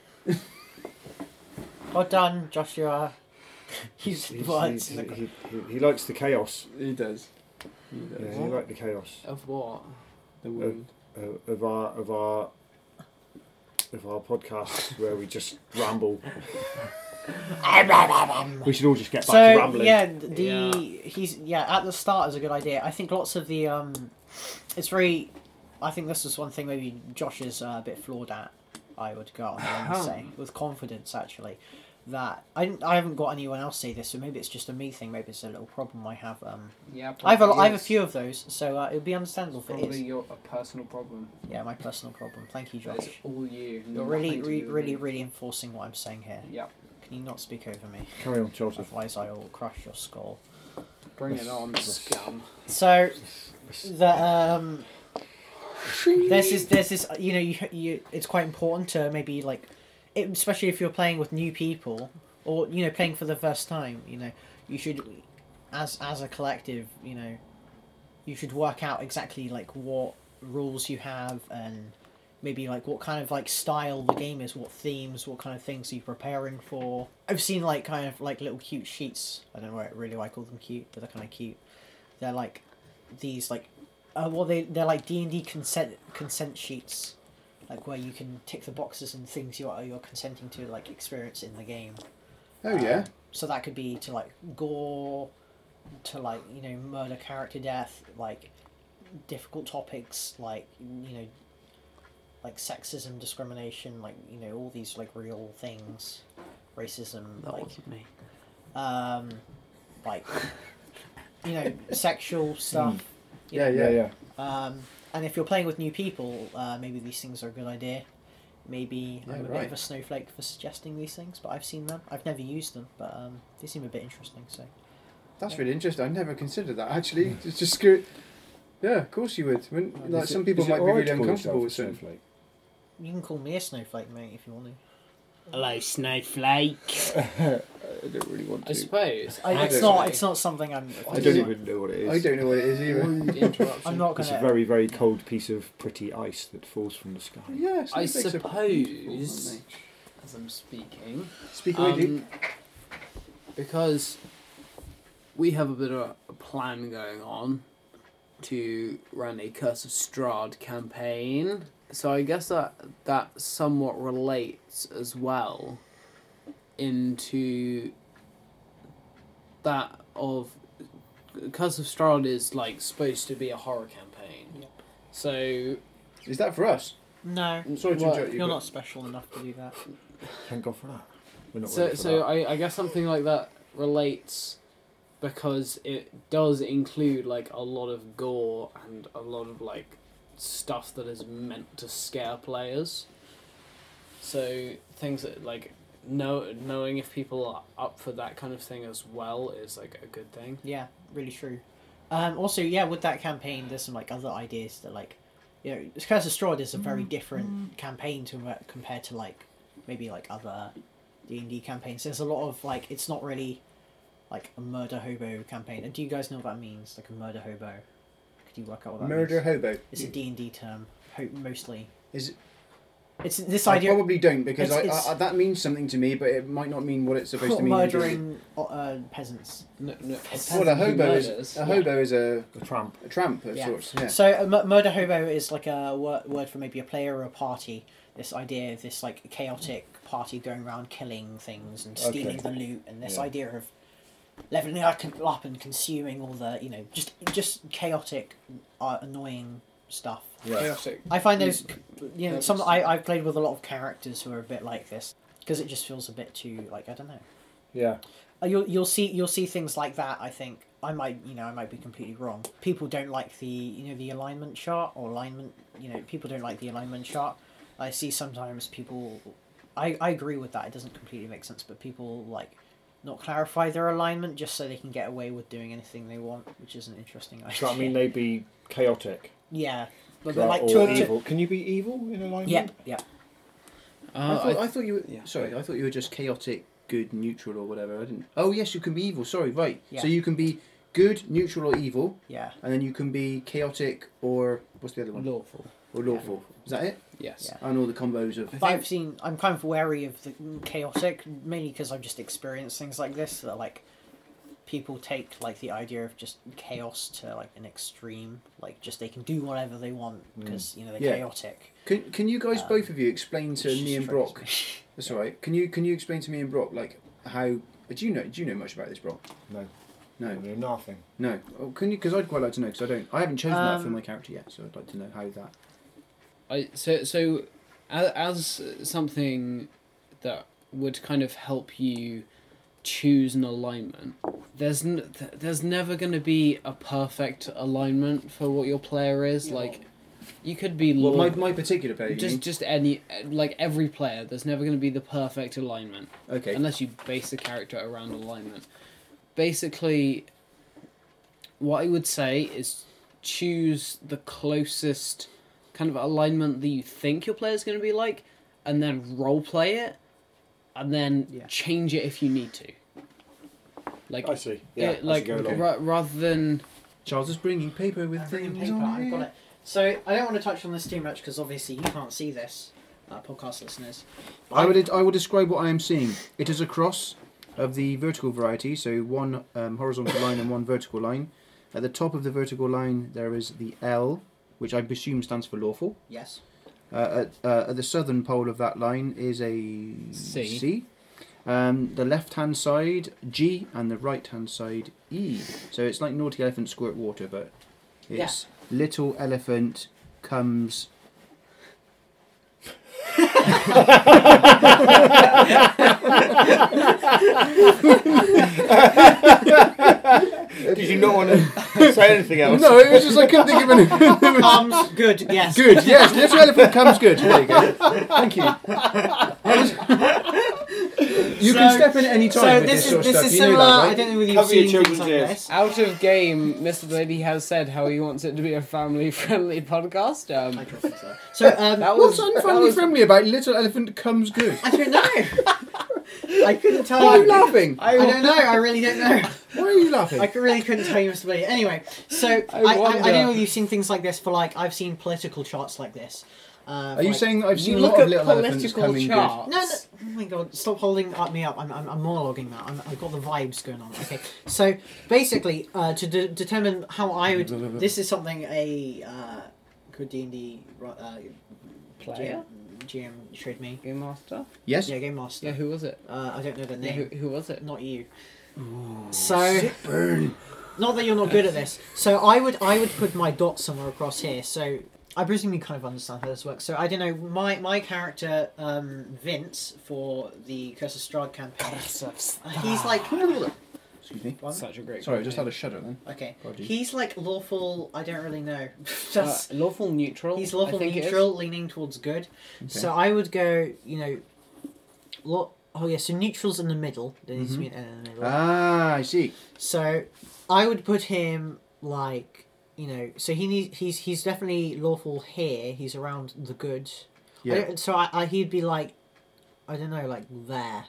D: well done, Joshua. Use the
E: He's-
D: words.
E: he's- he, he- he likes the chaos.
B: He does. He
E: Yeah,
B: does.
E: he likes the chaos
A: Of what?
B: The world.
E: uh, of our of our of our podcast where we just ramble. We should all just get back to
D: so
E: rambling.
D: yeah, the
A: Yeah.
D: he's yeah at the start is a good idea. I think lots of the um, it's very. I think this is one thing maybe Josh is uh, a bit flawed at. I would go on the limb and say with confidence actually that I didn't- I haven't got anyone else say this, so maybe it's just a me thing. Maybe it's a little problem I have. Um,
A: Yeah,
D: I have a, I have a few of those, so uh, it would be understandable if it is.
A: your a personal problem.
D: Yeah, my personal problem. Thank you, Josh.
A: all you.
D: You're really, re- really, really enforcing what I'm saying here.
A: Yep.
D: Can you not speak over me?
E: Carry on, Joseph.
D: Otherwise, I will crush your skull.
A: Bring it on, scum.
D: So, the um, there's this, there's this, you know, you, you, it's quite important to maybe like, it, especially if you're playing with new people or you know playing for the first time, you know, you should, as as a collective, you know, you should work out exactly like what rules you have and maybe like what kind of like style the game is, what themes, what kind of things are you preparing for. I've seen like kind of like little cute sheets. I don't know really why I call them cute, but they're kind of cute. They're like these like uh, well they they're like D and D consent consent sheets, like where you can tick the boxes and things you are you're consenting to like experience in the game. Um,
B: Oh yeah.
D: So that could be to like gore, to like you know murder, character death, like difficult topics like you know like sexism, discrimination, like you know all these like real things, racism, like
A: me.
D: um, like you know sexual stuff. you know,
E: Hmm. yeah, yeah.
D: um, and if you're playing with new people, uh, maybe these things are a good idea. Maybe
B: Yeah,
D: I'm a bit
B: right.
D: of a snowflake for suggesting these things, but I've seen them. I've never used them, but um, they seem a bit interesting. So
B: That's really interesting. I never considered that actually. It's just screw. Yeah, of course you would. Wouldn't-
E: Is
B: like
E: it-
B: some people
E: is it
B: might be
E: alright
B: really
E: to call
B: uncomfortable with
E: yourself a
B: certain.
E: snowflake?
D: you can call me a snowflake, mate, if you want to.
F: Hello, snowflake.
E: I don't really want
A: I
E: to.
A: suppose.
D: I, it's
A: actually-
D: not. It's not something I'm.
E: I don't even know what it is.
B: I don't know what it is either.
A: Rude interruption.
D: I'm not
E: It's
D: gonna.
E: a very, very cold piece of pretty ice that falls from the sky.
B: yeah,
A: I
B: snowflakes are
A: suppose- As I'm speaking.
B: Speak away, dude.
A: Um, because we have a bit of a plan going on to run a Curse of Strahd campaign. So I guess that that somewhat relates as well into that of Curse of Strahd is like supposed to be a horror campaign.
D: Yeah.
A: So
B: Is that for us?
D: No,
B: Sorry to
A: Well,
B: interrupt you.
D: you're
B: but-
D: not special enough to do that.
E: Thank God for that. We're not
A: so
E: ready for
A: so
E: that.
A: I, I guess something like that relates because it does include like a lot of gore and a lot of like stuff that is meant to scare players so things that like know, knowing if people are up for that kind of thing as well is like a good thing
D: Yeah, really true. Um, also, yeah, with that campaign, there's some like other ideas that like, you know, Curse of Strahd is a
B: Mm,
D: very different campaign to uh, compared to like maybe like other D and D campaigns. There's a lot of like, it's not really like a murder hobo campaign. And do you guys know what that means? Like a murder hobo? Could you work out what that
B: Murder
D: means?
B: hobo.
D: It's a D and D term, ho- mostly.
B: Is it-
D: It's this
B: I
D: idea.
B: probably don't because
D: It's-
B: I,
D: it's-
B: I, that means something to me, but it might not mean what it's supposed to mean.
D: Murdering uh, peasants.
A: no, no,
B: Well, a hobo is
A: Murders.
B: a hobo is a,
E: the tramp.
B: a tramp of
D: Yeah.
B: sorts. Yeah.
D: So a m- murder hobo is like a wor- word for maybe a player or a party. This idea of this like chaotic party going around killing things and stealing the
E: Okay.
D: loot, and this
E: Yeah.
D: idea of leveling up and- up and consuming all the you know just just chaotic, uh, annoying stuff.
B: Chaotic.
D: I find those you know
A: That
D: some
A: was-
D: I I've played with a lot of characters who are a bit like this because it just feels a bit too like I don't know.
E: Yeah.
D: Uh, You'll you'll see you'll see things like that. I think I might you know I might be completely wrong. People don't like the you know the alignment chart or alignment you know people don't like the alignment chart. I see sometimes people. I I agree with that. It doesn't completely make sense, but people like not clarify their alignment just so they can get away with doing anything they want, which is an interesting idea.
E: Does that mean they'd be chaotic?
D: yeah, but
E: Right,
D: like
E: or
D: to, a- to
E: evil? Can you be evil in alignment?
D: yeah yeah.
B: I,
A: Uh, I
B: thought, I, thought you were.
A: yeah.
B: Sorry, I thought you were just chaotic, good, neutral, or whatever. I didn't. Oh yes, you can be evil. Sorry, right.
D: Yeah.
B: So you can be good, neutral, or evil,
D: Yeah,
B: and then you can be chaotic or what's the other one?
A: lawful
B: Or lawful. Is that it?
A: yes
D: Yeah.
B: And all the combos of.
D: But I've seen. I'm kind of wary of the chaotic, mainly because I've just experienced things like this that like people take like the idea of just chaos to like an extreme, like just they can do whatever they want because you know they're
B: Mm. Yeah.
D: chaotic.
B: Can Can you guys
D: Um,
B: both of you explain to
D: which
B: me and
D: frustrates
B: Brock?
D: me.
B: That's all right. Can you Can you explain to me and Brock like how? Do you know Do you know much about this, Brock?
E: No.
B: No.
E: No, nothing.
B: No. Oh, can you? Because I'd quite like to know. Because I don't. I haven't chosen that for
D: Um,
B: my character yet. So I'd like to know how that.
A: I so so as, as something that would kind of help you choose an alignment. There's n- th- there's never going to be a perfect alignment for what your player is. Like you could be
B: Well, my,
A: law-
B: my particular player. you
A: just
B: mean?
A: just any like every player. There's never going to be the perfect alignment
B: okay.
A: unless you base the character around alignment. Basically, what I would say is choose the closest kind of alignment that you think your player's going to be like, and then role play it, and then
D: Yeah.
A: change it if you need to. Like,
E: I see.
A: yeah,
E: Yeah. as you
A: like
E: go along.
A: ra- rather than
B: Charles is bringing paper with
D: I'm bringing
B: things
D: paper,
B: on
D: I've
B: it.
D: got it. So I don't want to touch on this too much because obviously you can't see this, uh, podcast listeners.
B: I would I would describe what I am seeing. It is a cross of the vertical variety, so one um, horizontal line and one vertical line. At the top of the vertical line, there is the L, which I presume stands for lawful.
D: Yes.
B: Uh, at, uh, at the southern pole of that line is a
A: C.
B: Um, the left hand side G and the right hand side E. So it's like naughty elephant squirt water, but it's little elephant comes.
E: Did you not want to say anything else?
B: No, it was just I couldn't think of anything.
D: Arms. Good. Yes.
B: Good, yes. Little elephant comes good. There you go. Thank you. You
D: So-
B: can step in at any time.
D: So
B: with
D: this is
B: sort of
D: this
B: stuff.
D: is
B: You know
D: similar.
B: that,
D: I
B: right?
D: don't know whether you've
E: Cover your
D: seen things
E: children's
D: like
E: ears.
D: this.
A: Out of game, Mr. Lady has said how he wants it to be a family friendly podcast. Um,
D: So um,
A: that
B: What's
A: was, that
B: unfriendly
A: was
B: friendly about Little Elephant Comes Good?
D: I don't know. I couldn't tell
B: Why are you
D: you.
B: laughing?
D: I don't know. I really don't know.
B: Why are you laughing?
D: I c- really couldn't tell you, Mr. Lee. Anyway, so I, I, I,
A: wonder.
D: don't know if you've seen things like this, but like I've seen political charts like this. Uh,
B: Are you
D: like-
B: saying that I've
A: you
B: seen
A: look
B: a lot
A: at
B: of Little Elephants
A: political
B: Coming
A: charts.
D: No, no, oh my god, stop holding up me up. I'm, I'm, I'm monologuing now. I'm, I've got the vibes going on. Okay, so basically, uh, to de- determine how I would. This is something a uh, good D&D uh,
A: player?
D: GM showed me.
A: Game Master?
B: Good? Yes?
D: Yeah, Game Master.
A: Yeah, who was it?
D: Uh, I don't know the
A: Yeah,
D: name.
A: who, who was it?
D: Not you. so Not that you're not good at this. So I would I would put my dot somewhere across here. So I presume you kind of understand how this works. So I don't know. My my character um, Vince for the Curse of Strahd campaign. He's like
B: Excuse me.
D: One?
A: Such a great
B: Sorry, I just had a shudder then.
D: okay.
B: Apologies.
D: He's like lawful. I don't really know.
A: uh,
D: Just
A: Lawful neutral.
D: he's lawful
A: I think it is.
D: neutral, leaning towards good. So I would go. You know, law. Oh yeah. So neutral's in the middle. There needs to
A: Mm-hmm.
D: be an N in the middle.
B: Ah, I see.
D: So I would put him like you know. So he needs he's he's definitely lawful here. He's around the good. I
B: Yeah.
D: don't- so I, I he'd be like, I don't know, like there.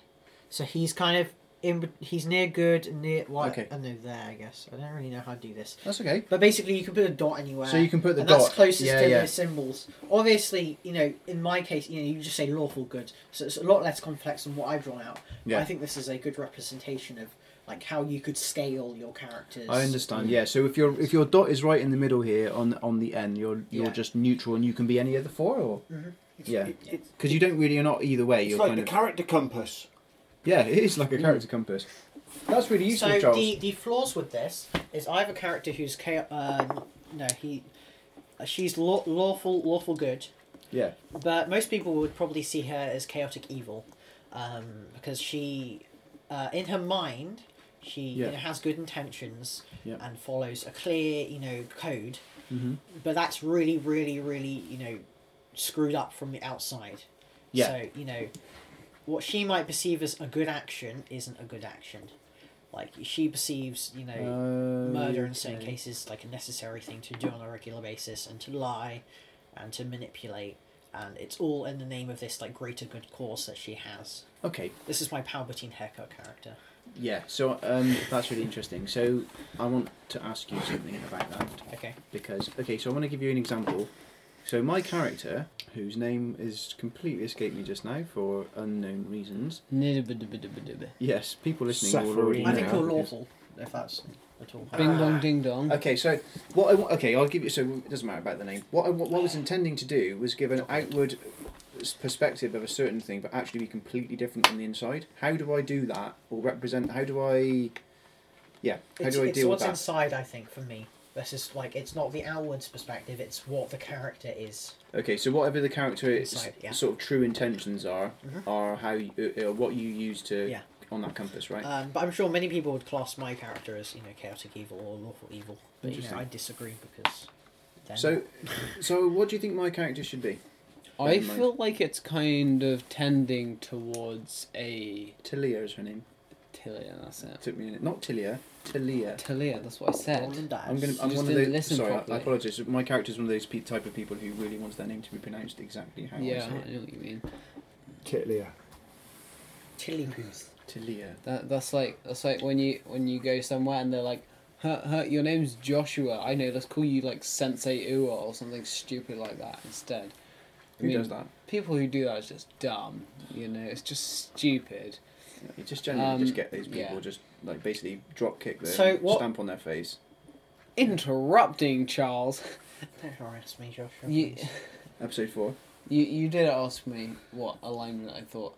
D: So he's kind of in. bet- He's near good, and near what?
B: Okay.
D: I know there. I guess I don't really know how to do this.
B: That's okay.
D: But basically, you can put a dot anywhere.
B: So you can put the
D: and
B: dot.
D: That's closest
B: yeah,
D: to
B: yeah.
D: the symbols. Obviously, you know, in my case, you know, you just say lawful good, so it's a lot less complex than what I've drawn out.
B: Yeah.
D: But I think this is a good representation of like how you could scale your characters.
B: I understand. Yeah. So if your if your dot is right in the middle here on on the end, you're you're
D: Yeah.
B: just neutral, and you can be any of the four, or yeah,
E: It- it-
B: because you don't really you're not either way.
E: it's
B: You're
E: like
B: kind
E: the
B: of
E: character compass.
B: yeah. It is like a character compass. That's really useful,
D: So
B: Charles.
D: the the flaws with this is I have a character who's cha- um, no he, uh, she's law- lawful lawful good,
B: Yeah.
D: but most people would probably see her as chaotic evil, um, because she, uh, in her mind, she you
B: Yeah.
D: know, has good intentions
B: Yeah.
D: and follows a clear you know code,
B: Mhm.
D: but that's really really really you know screwed up from the outside.
B: Yeah.
D: So you know, what she might perceive as a good action isn't a good action. Like she perceives you
B: Oh.
D: know murder in certain cases like a necessary thing to do on a regular basis and to lie and to manipulate and it's all in the name of this like greater good cause that she has
B: Okay.
D: this is my palpatine haircut character
B: Yeah. So um, that's really interesting. So I want to ask you something about that
D: okay
B: because okay. So I want to give you an example. So my character, whose name is completely escaped me just now for unknown reasons.
A: Nidibidibidibidibi.
B: Yes, people listening will already
E: Safari.
B: know.
D: i think
E: Yeah,
D: you're
B: because-
D: lawful if that's at all
A: Bing dong ding dong.
B: Okay, so what I wa- okay, I'll give you. So it doesn't matter about the name. What I, what I was intending to do was give an outward s- perspective of a certain thing, but actually be completely different on the inside. How do I do that, or represent? How do I? Yeah, how
D: it's,
B: do I
D: it's
B: deal with
D: what's
B: that?
D: inside i think for me this is like it's not the outwards perspective it's what the character is
B: Okay, so whatever the character's
D: Inside, yeah.
B: sort of true intentions are,
D: Mhm.
B: are how you, uh, uh, what you use to
D: Yeah.
B: on that compass, right?
D: um, but i'm sure many people would class my character as you know chaotic evil or lawful evil but you know,
B: Interesting.
D: i disagree because then
B: so, so what do you think my character should be?
A: I
B: Never mind.
A: feel like it's kind of tending towards a
B: Tilia is her name.
A: Tilia, that's it.
B: Took me a minute. Not Tilia. Tilia.
A: Tilia, that's what I
D: roll and
A: said.
D: dice.
B: I'm gonna. I'm
A: just
B: one of
A: didn't
B: those.
A: listen
B: Sorry, I- I
A: properly.
B: apologise. My character is one of those pe- type of people who really wants their name to be pronounced exactly how
A: Yeah,
B: I
A: I
B: say
A: know
B: it.
A: what you mean.
E: Titlia.
D: Tilly Booth.
B: Talia.
A: That that's like that's like when you when you go somewhere and they're like, huh, huh, your name's Joshua. I know. Let's call you like Sensei Ua or something stupid like that instead.
B: Who does that?
A: People who do that is just dumb. You know, it's just stupid.
B: You just generally just
A: Um,
B: get these people
A: yeah.
B: just like basically drop kick them,
D: So what-
B: stamp on their face.
A: Interrupting Charles.
D: Don't harass me, Joshua.
A: You,
D: please.
B: Episode four.
A: you you did ask me what alignment I thought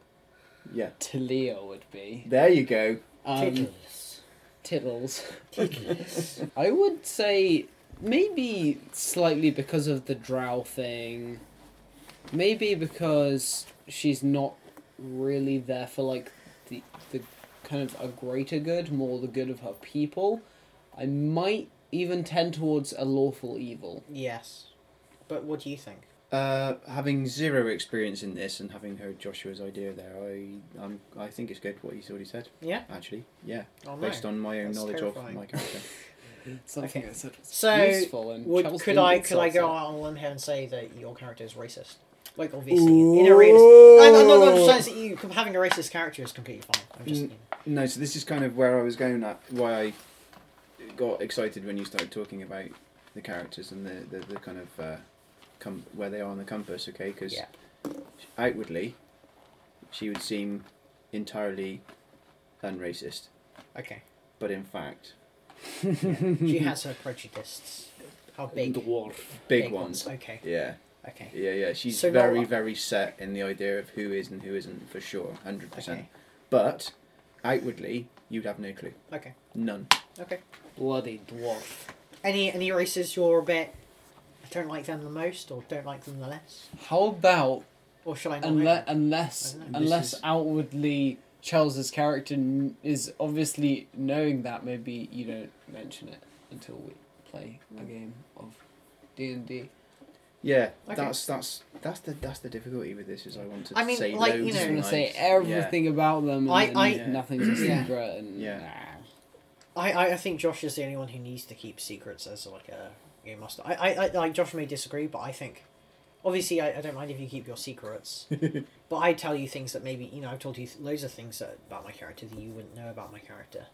B: Yeah.
A: Talia would be.
B: There you go.
A: Um,
D: Tiddles.
A: tittles.
D: Tiddles.
A: I would say maybe slightly because of the drow thing. Maybe because she's not really there for like the the kind of a greater good, more the good of her people. I might even tend towards a lawful evil.
D: yes. But what do you think?
B: Uh, having zero experience in this and having heard Joshua's idea there, I um, I think it's good what he's already said.
D: Yeah?
B: Actually, yeah,
D: Oh, no.
B: based on my own
D: That's
B: knowledge
D: terrifying.
B: of my character.
A: Something
D: Okay.
A: that's sort of
D: So,
A: useful and
D: Would,
A: Charles
D: could
A: Dickens
D: I could I
A: also.
D: go out on a limb here and say that your character is racist? Like obviously, in a racist. I'm, I'm not I'm not saying that you having a racist character is completely fine. I'm just
B: Mm. no, so this is kind of where I was going at why I got excited when you started talking about the characters and the the, the kind of uh, com- where they are on the compass. Okay, because
D: Yeah.
B: outwardly, she would seem entirely unracist,
D: okay.
B: but in fact,
D: She has her prejudices. How big?
G: Dwarf.
B: big, ones.
D: Okay.
B: Yeah.
D: Okay.
B: Yeah, yeah. She's
D: So not
B: very,
D: like-
B: very set in the idea of who is and who isn't for sure, hundred percent.
D: Okay.
B: But outwardly, you'd have no clue,
D: Okay.
B: none.
D: Okay.
A: Bloody dwarf.
D: Any any races you're a bit? I don't like them the most, or don't like them the less,
A: How about
D: or should I not? like them?
A: unless unless
D: I don't know.
A: unless
B: This is-
A: outwardly Charles's character n- is obviously knowing that maybe you don't mention it until we play a
D: Mm.
A: game of D and D.
B: Yeah,
D: Okay.
B: that's that's that's the that's the difficulty with this is I want to
D: I mean,
B: say
D: like,
B: loads
D: you
A: Just
D: know-
A: want
B: and
A: to say
B: loads.
A: everything about them, and
D: I-
A: then
D: I-
A: nothing's a
D: Yeah.
A: secret. And
B: Yeah.
D: I, I I think Josh is the only one who needs to keep secrets as like a game master. I, I, I like Josh may disagree, but I think obviously I, I don't mind if you keep your secrets, but I tell you things that maybe you know I've told you th- loads of things that, about my character that you wouldn't know about my character.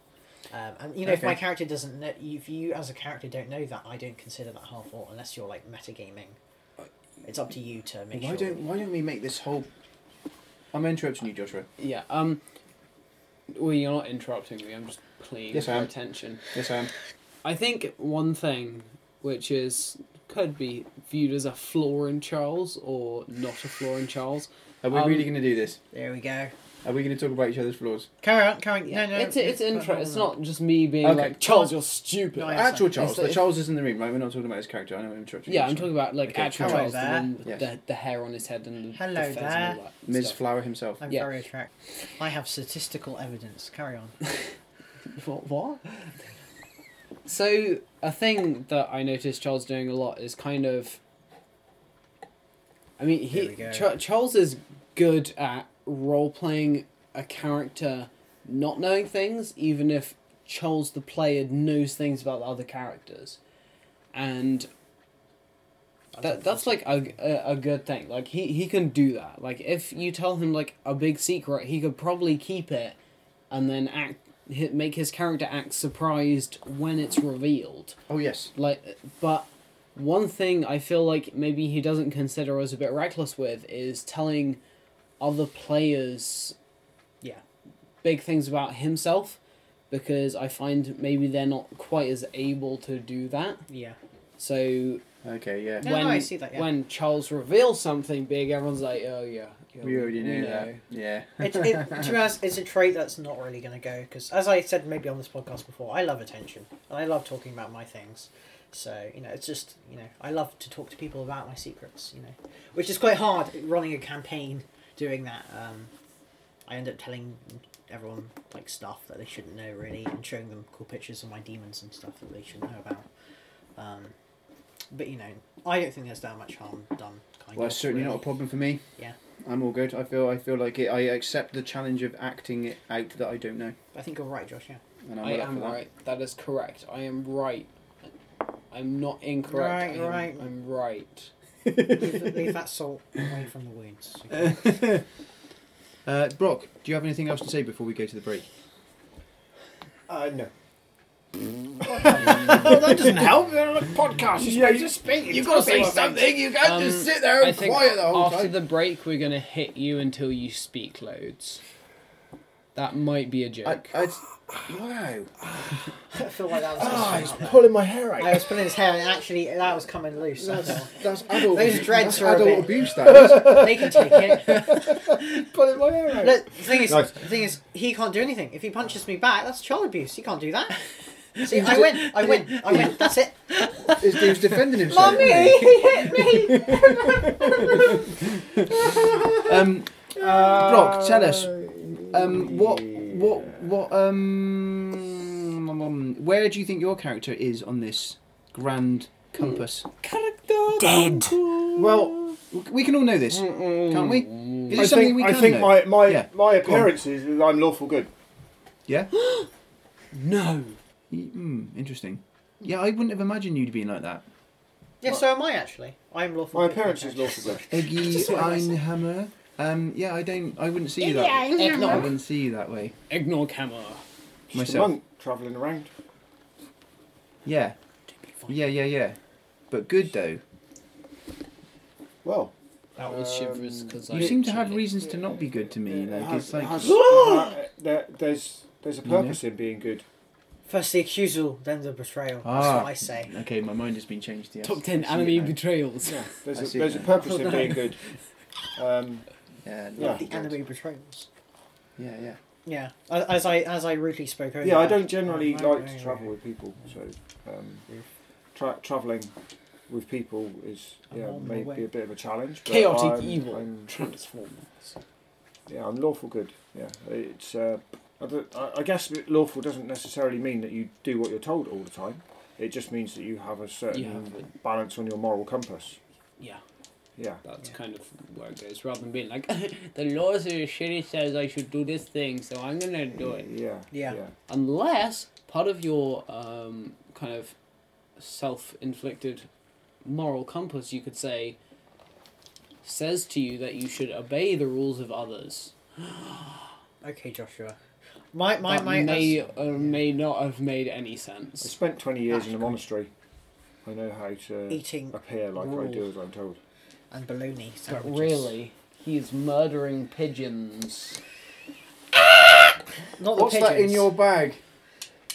D: Um, and you know if my
B: Okay.
D: character doesn't know if you as a character don't know that I don't consider that harmful unless you're like metagaming.
A: Uh,
D: It's up to you to make
B: Why
D: sure.
B: don't why don't we make this whole? I'm interrupting you, Joshua.
A: Yeah. Um. Well, you're not interrupting me. I'm just pleading
B: Yes, I
A: for
B: am.
A: attention.
B: Yes, I am.
A: I think one thing which is could be viewed as a flaw in Charles or not a flaw in Charles.
B: Are we
A: Um,
B: really going to do this?
D: There we go.
B: Are we going to talk about each other's flaws?
D: Carry on, carry on. No, no.
A: it's it's
D: no, no,
A: intro.
D: no,
A: It's
D: no.
A: not just me being
B: Okay.
A: like Charles, you're stupid.
D: No, I- Yes,
B: Actual
D: I-
B: Charles.
A: Is that-
B: The Charles is in the room, right? We're not talking about his character. I know I'm interrupting.
A: yeah,
B: you,
A: I'm
B: Joshua.
A: talking about like
B: Okay,
A: actual
D: hello
A: Charles, the,
D: there.
A: one with
B: Yes.
A: the the hair on his head and
D: Hello
A: the fez and all
D: there.
A: that
B: Ms.
A: stuff.
B: Flower himself.
D: I'm
A: Yeah.
D: very attractive. I have statistical evidence. Carry on.
A: What? what? So a thing that I noticed Charles doing a lot is kind of. I mean,
D: Here we
A: he
D: go.
A: Char- Charles is good at role playing a character not knowing things, even if Charles the player knows things about the other characters, and that that's like a, a, a good thing. Like he he can do that. Like if you tell him like a big secret, he could probably keep it, and then act hi- make his character act surprised when it's revealed.
B: Oh yes.
A: Like, but one thing I feel like maybe he doesn't consider or is a bit reckless with is telling other players,
D: Yeah.
A: big things about himself, because I find maybe they're not quite as able to do that.
D: Yeah.
A: So
B: Okay. Yeah.
D: No,
A: when
D: no, I see that, yeah.
A: when Charles reveals something big, everyone's like, "Oh yeah, yeah,
B: We already
A: we
B: knew that. Yeah.
D: It, it, to be honest, it's a trait that's not really going to go because, as I said maybe on this podcast before, I love attention and I love talking about my things. So you know, it's just you know, I love to talk to people about my secrets. You know, which is quite hard running a campaign doing that. Um, I end up telling everyone like stuff that they shouldn't know really, and showing them cool pictures of my demons and stuff that they should know about. Um, but you know, I don't think there's that much harm done. Kind
B: Well,
D: of,
B: it's certainly not a
D: really.
B: problem for me.
D: Yeah.
B: I'm all good. I feel I feel like it, I accept the challenge of acting it out that I don't know,
D: I think you're right, Josh. Yeah.
B: and I'm
A: I
B: all up for
A: am
B: that.
A: right. That is correct. I am right. I'm not
D: Right,
A: incorrect. I am,
D: right.
A: I'm right.
D: leave, leave that salt away from the wounds.
B: Uh, Brock, do you have anything else to say before we go to the break?
E: Uh, no.
G: that doesn't help. They're on a podcast. You're supposed to speak. You've got to say something. You can't
A: Um,
G: just sit there
A: I
G: and
A: think
G: quiet the whole
A: after
G: time.
A: the break, we're gonna hit you until you speak loads. That might be a joke.
B: I, wow.
D: I feel like that was.
E: Ah,
D: just
E: he's
D: coming out.
E: pulling my hair
D: I
E: out.
D: was pulling his hair, and actually, that was coming loose. That's all.
B: That's adult.
D: Those dreads
B: that's
D: are a
B: adult
D: bit-
B: abuse. That is.
D: They can take it.
E: pulling my hair out.
D: Look, the thing is,
E: Nice.
D: the thing is, he can't do anything. If he punches me back, that's child abuse. He can't do that. See, I win. I win. I win. That's it.
B: It's- he was defending himself.
D: Mommy, he hit me.
B: Um, Brock, tell us um, what what what um, um, where do you think your character is on this grand compass?
A: character.
G: Dead.
E: Well,
B: We can all know this, can't we? Is it
E: I
B: something
E: think,
B: we
E: I
B: can
E: think
B: know?
E: my my,
B: Yeah.
E: my appearance is that I'm lawful good.
B: Yeah.
A: No.
B: Mm, interesting. Yeah, I wouldn't have imagined you'd been like that.
D: Yeah, so am I actually. I'm lawful.
E: My
D: good,
E: appearance is
D: actually.
E: lawful good.
B: Eggy Einhammer. Um, yeah, I don't. I wouldn't see you that. I
A: Eggnog.
B: wouldn't see you that way
A: Eggnog hammer.
E: Just a
B: myself.
E: monk travelling around.
B: Yeah, yeah, yeah, yeah. But good though.
E: Well,
A: That was chivalrous because I.
B: You seem to have
A: actually-
B: reasons to not be good to me.
E: it
B: Like
E: has-
B: it's like
E: has- uh, there, there's there's a
B: You know?
E: purpose in being good.
D: First the accusal, then the betrayal. That's
B: Ah.
D: what I say.
B: okay, my mind has been changed. Yes.
A: Top ten
B: I see it
A: anime
B: now.
A: betrayals.
E: There's
B: I
E: a
B: see
E: there's a
B: that.
E: purpose in being good. Um,
B: Yeah,
E: Yeah.
B: yeah,
D: The anime betrayals.
B: yeah, yeah.
D: Yeah, a- as I as I rudely spoke over.
E: yeah, I
D: that.
E: don't generally
D: Um,
E: like
D: yeah,
E: to
D: yeah,
E: travel
D: yeah.
E: with people, so um, tra- traveling with people is
D: I'm
E: yeah
D: on my
E: may
D: way.
E: be a bit of a challenge. But
A: Chaotic
E: I'm-
A: evil
E: I'm-
A: transformers.
E: Yeah, I'm lawful good. Yeah, it's. Uh, I, don't- I- I guess lawful doesn't necessarily mean that you do what you're told all the time. It just means that you have a certain
A: You have a-
E: balance on your moral compass.
A: Yeah,
E: Yeah.
A: that's kind of where it goes. Rather than being like, the laws of the shitty says I should do this thing, so I'm gonna do it.
E: Yeah.
D: Yeah.
A: unless part of your um, kind of self-inflicted moral compass, you could say, says to you that you should obey the rules of others.
D: Okay, Joshua. My my
A: that
D: my.
A: may
D: that's-
A: or may not have made any
E: I
A: sense.
E: spent 20 years in a monastery. I know how to
D: Eating
E: appear like I do as I'm told.
D: and baloney.
A: But
D: sandwiches.
A: really, he's murdering pigeons.
D: not the
C: What's that in
D: pigeons.
C: your bag?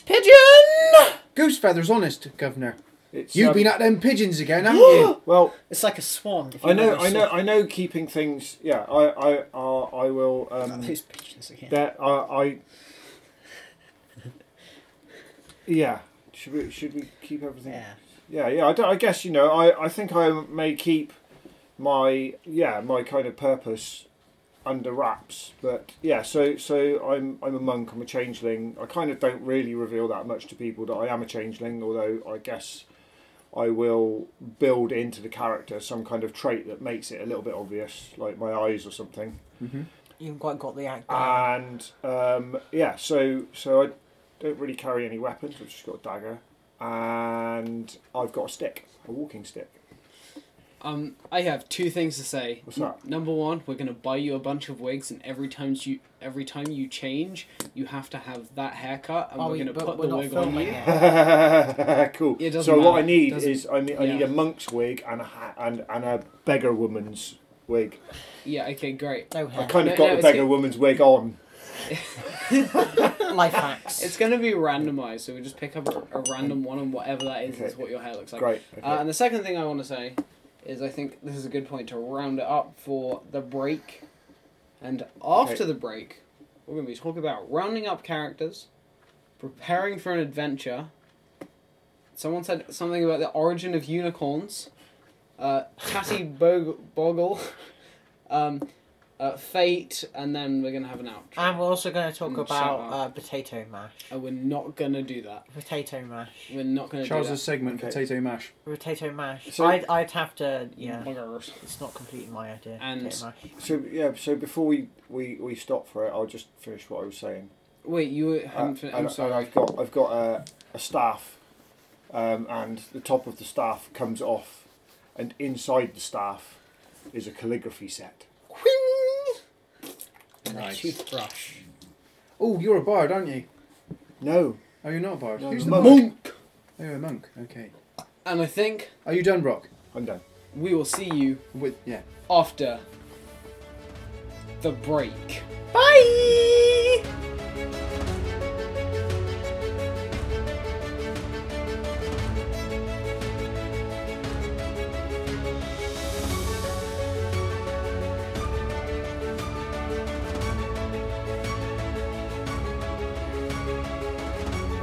A: Pigeon!
C: Goose feathers, honest, Governor.
E: It's,
C: You've
E: um,
C: been at them pigeons again, haven't you?
E: Well,
D: It's like a swan. If
E: I
D: you've
E: know,
D: ever
E: I know,
D: saw-
E: I know. Keeping things, yeah. I, I, I, I will. Um,
D: Those pigeons again.
E: that I, I. Yeah. Should we? Should we keep everything?
D: Yeah.
E: Yeah, yeah. I, don't- I guess you know. I, I think I may keep my yeah my kind of purpose under wraps, but yeah. So so I'm I'm a monk. I'm a changeling. I kind of don't really reveal that much to people that I am a changeling. Although I guess I will build into the character some kind of trait that makes it a little bit obvious, like my eyes or something.
D: You haven't quite got the act. down.
E: And um, yeah, so so I don't really carry any weapons. I've just got a dagger, and I've got a stick, a walking stick.
A: Um, I have two things to say.
E: What's that?
A: Number one, we're gonna buy you a bunch of wigs, and every time you every time you change, you have to have that haircut, and
D: Oh,
A: we're
D: we-
A: gonna
D: but
A: put
D: we're
A: the
D: not
A: wig on you.
D: filming it.
E: cool.
A: It doesn't
E: so what I
A: matter.
E: need
A: Doesn't-
E: is I, mean, I need
A: yeah.
E: a monk's wig and a ha- and and a beggar woman's wig.
A: Yeah. Okay. Great.
D: No
E: I
D: hair.
E: kind
A: No,
E: of got
A: no,
E: the
A: it's
E: beggar
A: good.
E: woman's wig on.
D: Life hacks.
A: It's gonna be randomized, so we just pick up a, a random one, and whatever that is, is
E: Okay.
A: what your hair looks like.
E: Great. Okay.
A: Uh, and the second thing I want to say is, I think this is a good point to round it up for the break, and after
E: Okay.
A: the break, we're gonna be talking about rounding up characters, preparing for an adventure. Someone said something about the origin of unicorns. Uh, Tatty Bog- Bogle, um, uh, fate, and then we're gonna have an outro.
D: And we're also going to talk
A: Mm,
D: about
A: shout out.
D: uh, potato mash.
A: and we're not gonna do that.
D: Potato mash.
A: We're not going to do
C: Charles's
A: that.
C: segment,
E: Okay.
C: potato mash.
D: Potato mash.
E: So-
D: I'd, I'd have to. Yeah.
A: Buggers.
D: It's not completely my idea.
A: And-
D: potato mash.
E: so yeah. So before we, we we stop for it, I'll just finish what I was saying.
A: Wait, you
E: Uh,
A: haven't fin-
E: and-
A: I'm
E: and
A: sorry.
E: I've got I've got a, a staff, um, and the top of the staff comes off, and inside the staff is a calligraphy set.
D: and a
B: Nice.
D: toothbrush.
C: Oh, you're a bard, aren't you?
E: No,
C: Oh, you're not a bard.
E: No,
C: Who's
E: I'm
C: the
E: a
C: bard?
A: Monk!
C: Oh, you're a monk. Okay.
A: And I think
C: Are you done, Brock?
E: I'm done.
A: we will see you
C: With yeah.
A: after the break.
D: Bye!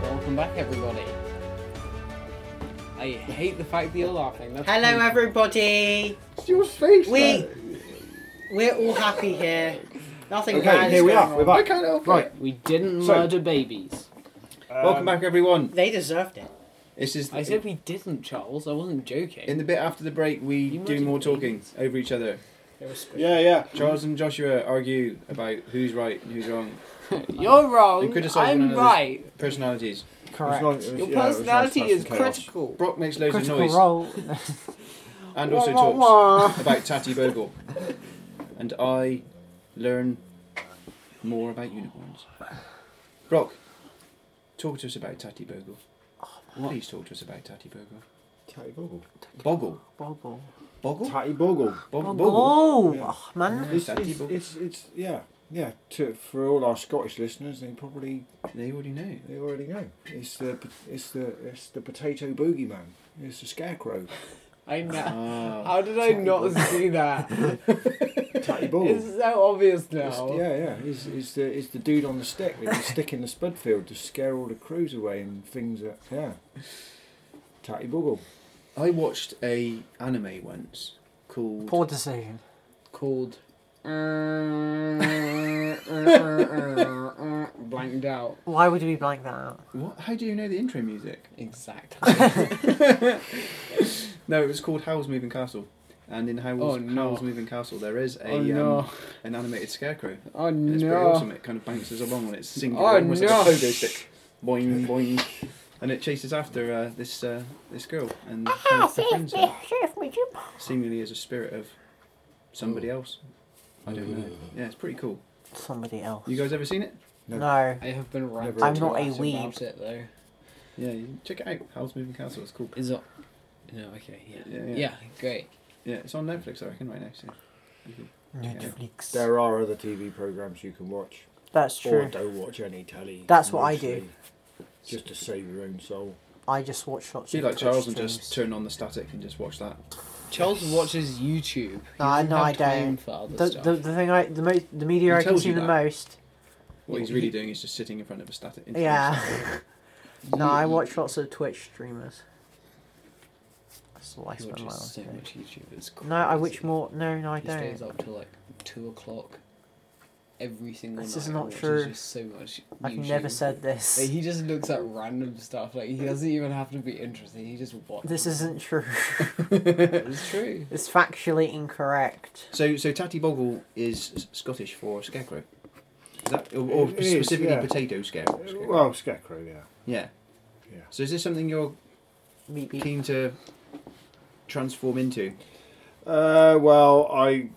A: Welcome back, everybody. I hate the fact that you're laughing. That's
D: Hello,
A: painful.
D: everybody!
C: It's your face.
D: We, we're all happy here. Nothing
E: Okay,
D: bad
E: here
D: is
E: we
D: going
E: are.
D: on.
E: We're
C: I
E: back.
C: can't help
E: Right.
C: it.
A: We didn't
E: So-
A: murder babies.
E: Um,
C: Welcome back, everyone.
D: They deserved it.
B: This is
A: I said we didn't, Charles. I wasn't joking.
B: in the bit after the break. We
A: You
B: do
A: mustn't
B: more
A: be.
B: talking over each other.
A: They were squished.
E: Yeah, yeah.
B: Charles and Joshua argue about who's right and who's wrong.
A: You're
B: They
A: wrong.
B: criticise one
A: I'm
B: another's-
A: right.
B: Personalities.
D: Correct.
A: Your personality is critical.
B: Brock makes loads
D: Critical
B: of noise
D: role.
B: and also
D: Wah,
B: talks
D: wah, wah.
B: about Tatty Bogle. and I learn more about unicorns. Brock, talk to us about Tatty Bogle. Please talk to us about Tatty Bogle.
E: Tatty Bogle.
B: Bogle.
D: Bogle.
B: Bogle?
E: Tatty Bogle.
B: Bob-
D: Bogle.
B: Bogle.
E: Yeah.
D: Oh, man.
E: It's,
B: Tatty
E: it's,
B: Bogle.
E: it's, it's, yeah, yeah. To, for all our Scottish listeners, they probably
B: They already know.
E: they already know. It's the it's the it's the potato boogeyman. It's the scarecrow.
A: I know.
B: Ah.
A: How did I not see that?
E: Tatty Bogle.
A: It's so obvious
E: It's-
A: now.
E: yeah, yeah. He's, he's the he's the dude on the stick with the stick in the spud field to scare all the crews away and things that yeah. Tatty Bogle.
B: I watched a anime once called
D: Poor decision.
A: Called. blanked out.
D: Why would we blank that out?
B: What? How do you know the intro music?
A: Exactly.
B: No, it was called Howl's Moving Castle. And in Howl's,
A: Oh, no.
B: Howl's Moving Castle, there is a
A: oh no.
B: um, an animated scarecrow.
A: Oh
B: And it's pretty awesome.
A: no.
B: It kind of bounces along on its singular,
A: Oh
B: almost like a
A: no.
B: pogo stick. Boing, boing. And it chases after uh, this uh, this girl and kind of befriends her, seemingly as a spirit of somebody else. I don't know. Yeah, it's pretty cool.
D: Somebody else.
B: You guys ever seen it?
E: No.
D: No.
A: I have been right.
E: I'm
D: not a
A: About
D: weeb.
A: it though.
B: Yeah, you can check it out. Howl's Moving Castle. It's cool.
A: Is it? No. Okay. Yeah.
B: Yeah,
A: Yeah.
B: yeah.
A: great.
B: Yeah, it's on Netflix, I reckon, right now. So you can-
D: Netflix.
E: There are other TV programs you can watch,
D: That's
E: or
D: true.
E: don't watch any telly.
D: That's what I do.
E: mostly, Just to save your own soul.
D: I just watch lots
B: Be
D: of
B: like
D: Twitch
B: Charles and just
D: streams.
B: turn on the static and just watch that.
A: Charles watches YouTube.
D: No, I-
A: He doesn't
D: no,
A: have
D: I
A: time
D: don't.
A: For other
D: The,
A: stuff.
D: the, the thing I the most the media
B: He
D: I can
B: tells
D: see
B: you
D: the
B: that.
D: most
B: What he's
A: Yeah,
B: really
A: he-
B: doing is just sitting in front of a static. in front of a static.
D: yeah no I watch lots of Twitch streamers that's all I
A: He
D: spend my
A: watches
D: life
A: so
D: doing.
A: much YouTube. It's crazy.
D: no I watch more no no I
A: He stays
D: don't
A: up till like two o'clock every single
D: This
A: night.
D: is
A: and
D: not
A: watches
D: true.
A: Just so much.
D: I've
A: YouTube.
D: never said
A: Like,
D: this
A: he just looks at random stuff. Like he doesn't even have to be interesting. He just watches.
D: this isn't true
A: It's true.
D: it's factually incorrect
B: So, so Tatty Bogle is S- Scottish for scarecrow. Is that, or or
E: It is,
B: specifically
E: yeah.
B: potato scarecrow? scarecrow.
E: Uh, Well, scarecrow, yeah.
B: yeah.
E: Yeah.
B: So is this something you're
D: Beep, beep.
B: keen to transform into?
E: Uh, well, I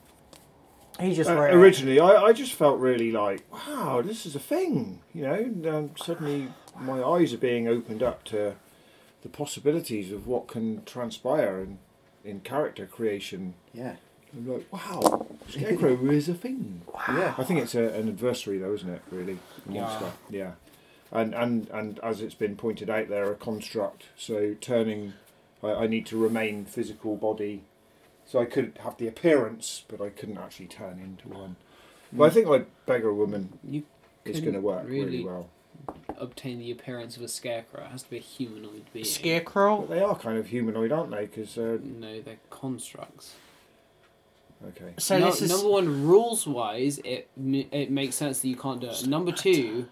D: he just
E: uh,
D: wrote it.
E: originally I, I just felt really like wow, this is a thing, you know. And, um, suddenly my eyes are being opened up to the possibilities of what can transpire in, in character creation.
B: Yeah.
E: I'm like, wow, scarecrow is a thing.
B: Yeah.
E: I think it's a, an adversary, though, isn't it? Really, The
A: Yeah.
E: monster. Yeah, and and and as it's been pointed out, they're a construct. So turning, I, I need to remain physical body, so I could have the appearance, but I couldn't actually turn into one. But I think like beggar woman
A: You
E: is going to
A: couldn't
E: work really,
A: really-
E: well.
A: obtain the appearance of a scarecrow. It has to be a humanoid being.
E: But
D: scarecrow
E: they are kind of humanoid, aren't they? Because uh,
A: No, they're constructs.
E: okay,
D: so
A: No-
D: this is
A: number one rules wise it m- it makes sense that you can't do it number two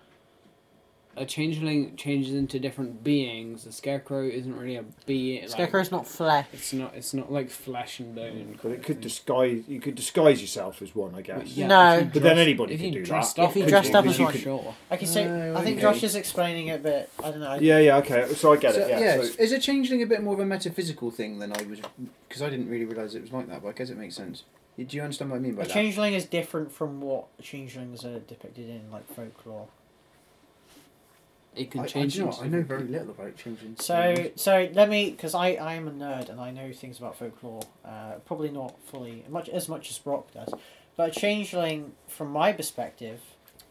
A: a changeling changes into different beings a scarecrow isn't really a being like,
D: scarecrow's not flesh
A: it's not it's not like flesh and bone
E: but it could disguise. You could disguise yourself as one, I guess.
A: Yeah,
D: No.
A: if you
D: But
E: then
A: dressed-
E: anybody
A: if
E: could
A: you
E: do that.
A: dressed
E: If
A: up
D: you
A: as
D: dressed up
A: one,
D: as
A: you
D: one.
A: could- sure
D: okay so
B: Oh,
D: I think
B: okay.
D: Josh is explaining it but I don't know I-
E: Yeah, yeah, okay. So I get
B: So,
E: it.
B: yeah,
E: Yeah. so-
B: is a changeling a bit more of a metaphysical thing than I was? Because I didn't really realise it was like that, but I guess it makes sense. Do you understand what I mean by
D: A
B: that?
D: changeling is different from what changelings are depicted in like folklore.
A: it
B: I,
A: can
B: I-
A: change
B: do you know, what? I know
A: into-
B: very little about changelings.
D: So, so let me, because I, I am a nerd and I know things about folklore. Uh, probably not fully much as much as Brock does, but a changeling, from my perspective,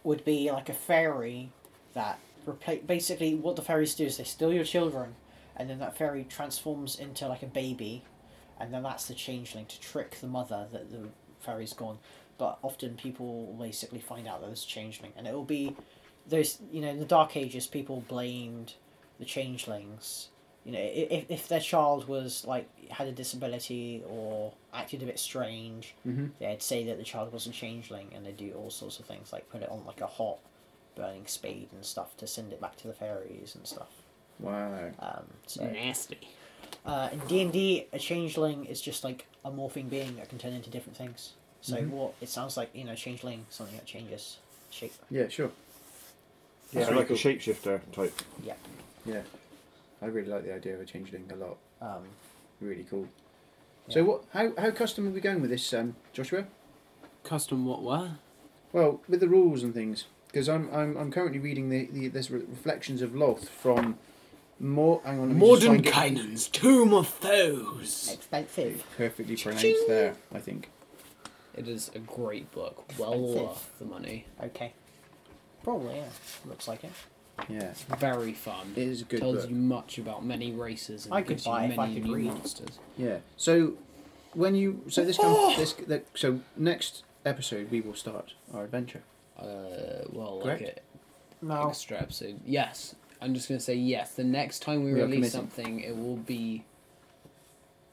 D: would be like a fairy that repla- basically what the fairies do is they steal your children, and then that fairy transforms into like a baby, and then that's the changeling to trick the mother that the fairy's gone. But often people will basically find out that there's a changeling, and it will be those you know in the Dark Ages people blamed the changelings. You know, i- if, if their child was like had a disability or acted a bit strange,
B: Mhm.
D: they'd say that the child was a changeling, and they do all sorts of things like put it on like a hot burning spade and stuff to send it back to the fairies and stuff.
B: Wow.
D: Um, so,
A: Nasty.
D: uh, in D and D, a changeling is just like a morphing being that can turn into different things. So what it sounds like, you know, changeling something that changes shape.
B: Yeah, sure.
E: Yeah,
B: Yeah,
E: like
B: cool.
E: a shapeshifter type.
B: I really like the idea of a changeling a lot.
D: Um,
B: Really cool. So what? How how custom are we going with this, um, Joshua?
A: Custom what what?
B: Well, with the rules and things, because I'm, I'm I'm currently reading the, the this re- reflections of Loth from more. Hang on, let me just find it.
A: Mordenkainen's Tomb of Foes.
D: expensive.
B: Perfectly pronounced there, I think.
A: It is a great book. Well
D: Expensive.
A: worth the money.
D: Okay. Probably yeah. Looks like it.
B: Yeah,
A: It's very fun.
B: it is a good
A: tells
B: book.
A: you much about many races and
D: I could
A: gives you
D: buy it
A: many
D: if I could
A: new
D: read.
A: monsters.
B: Yeah. So when you so this
A: Oh!
B: comes this the, so next episode we will start our adventure.
A: Uh, well, like
B: Correct?
A: it
D: No.
A: extra episode. Yes, I'm just gonna say yes. The next time we,
B: We are
A: release
B: committing.
A: something, it will be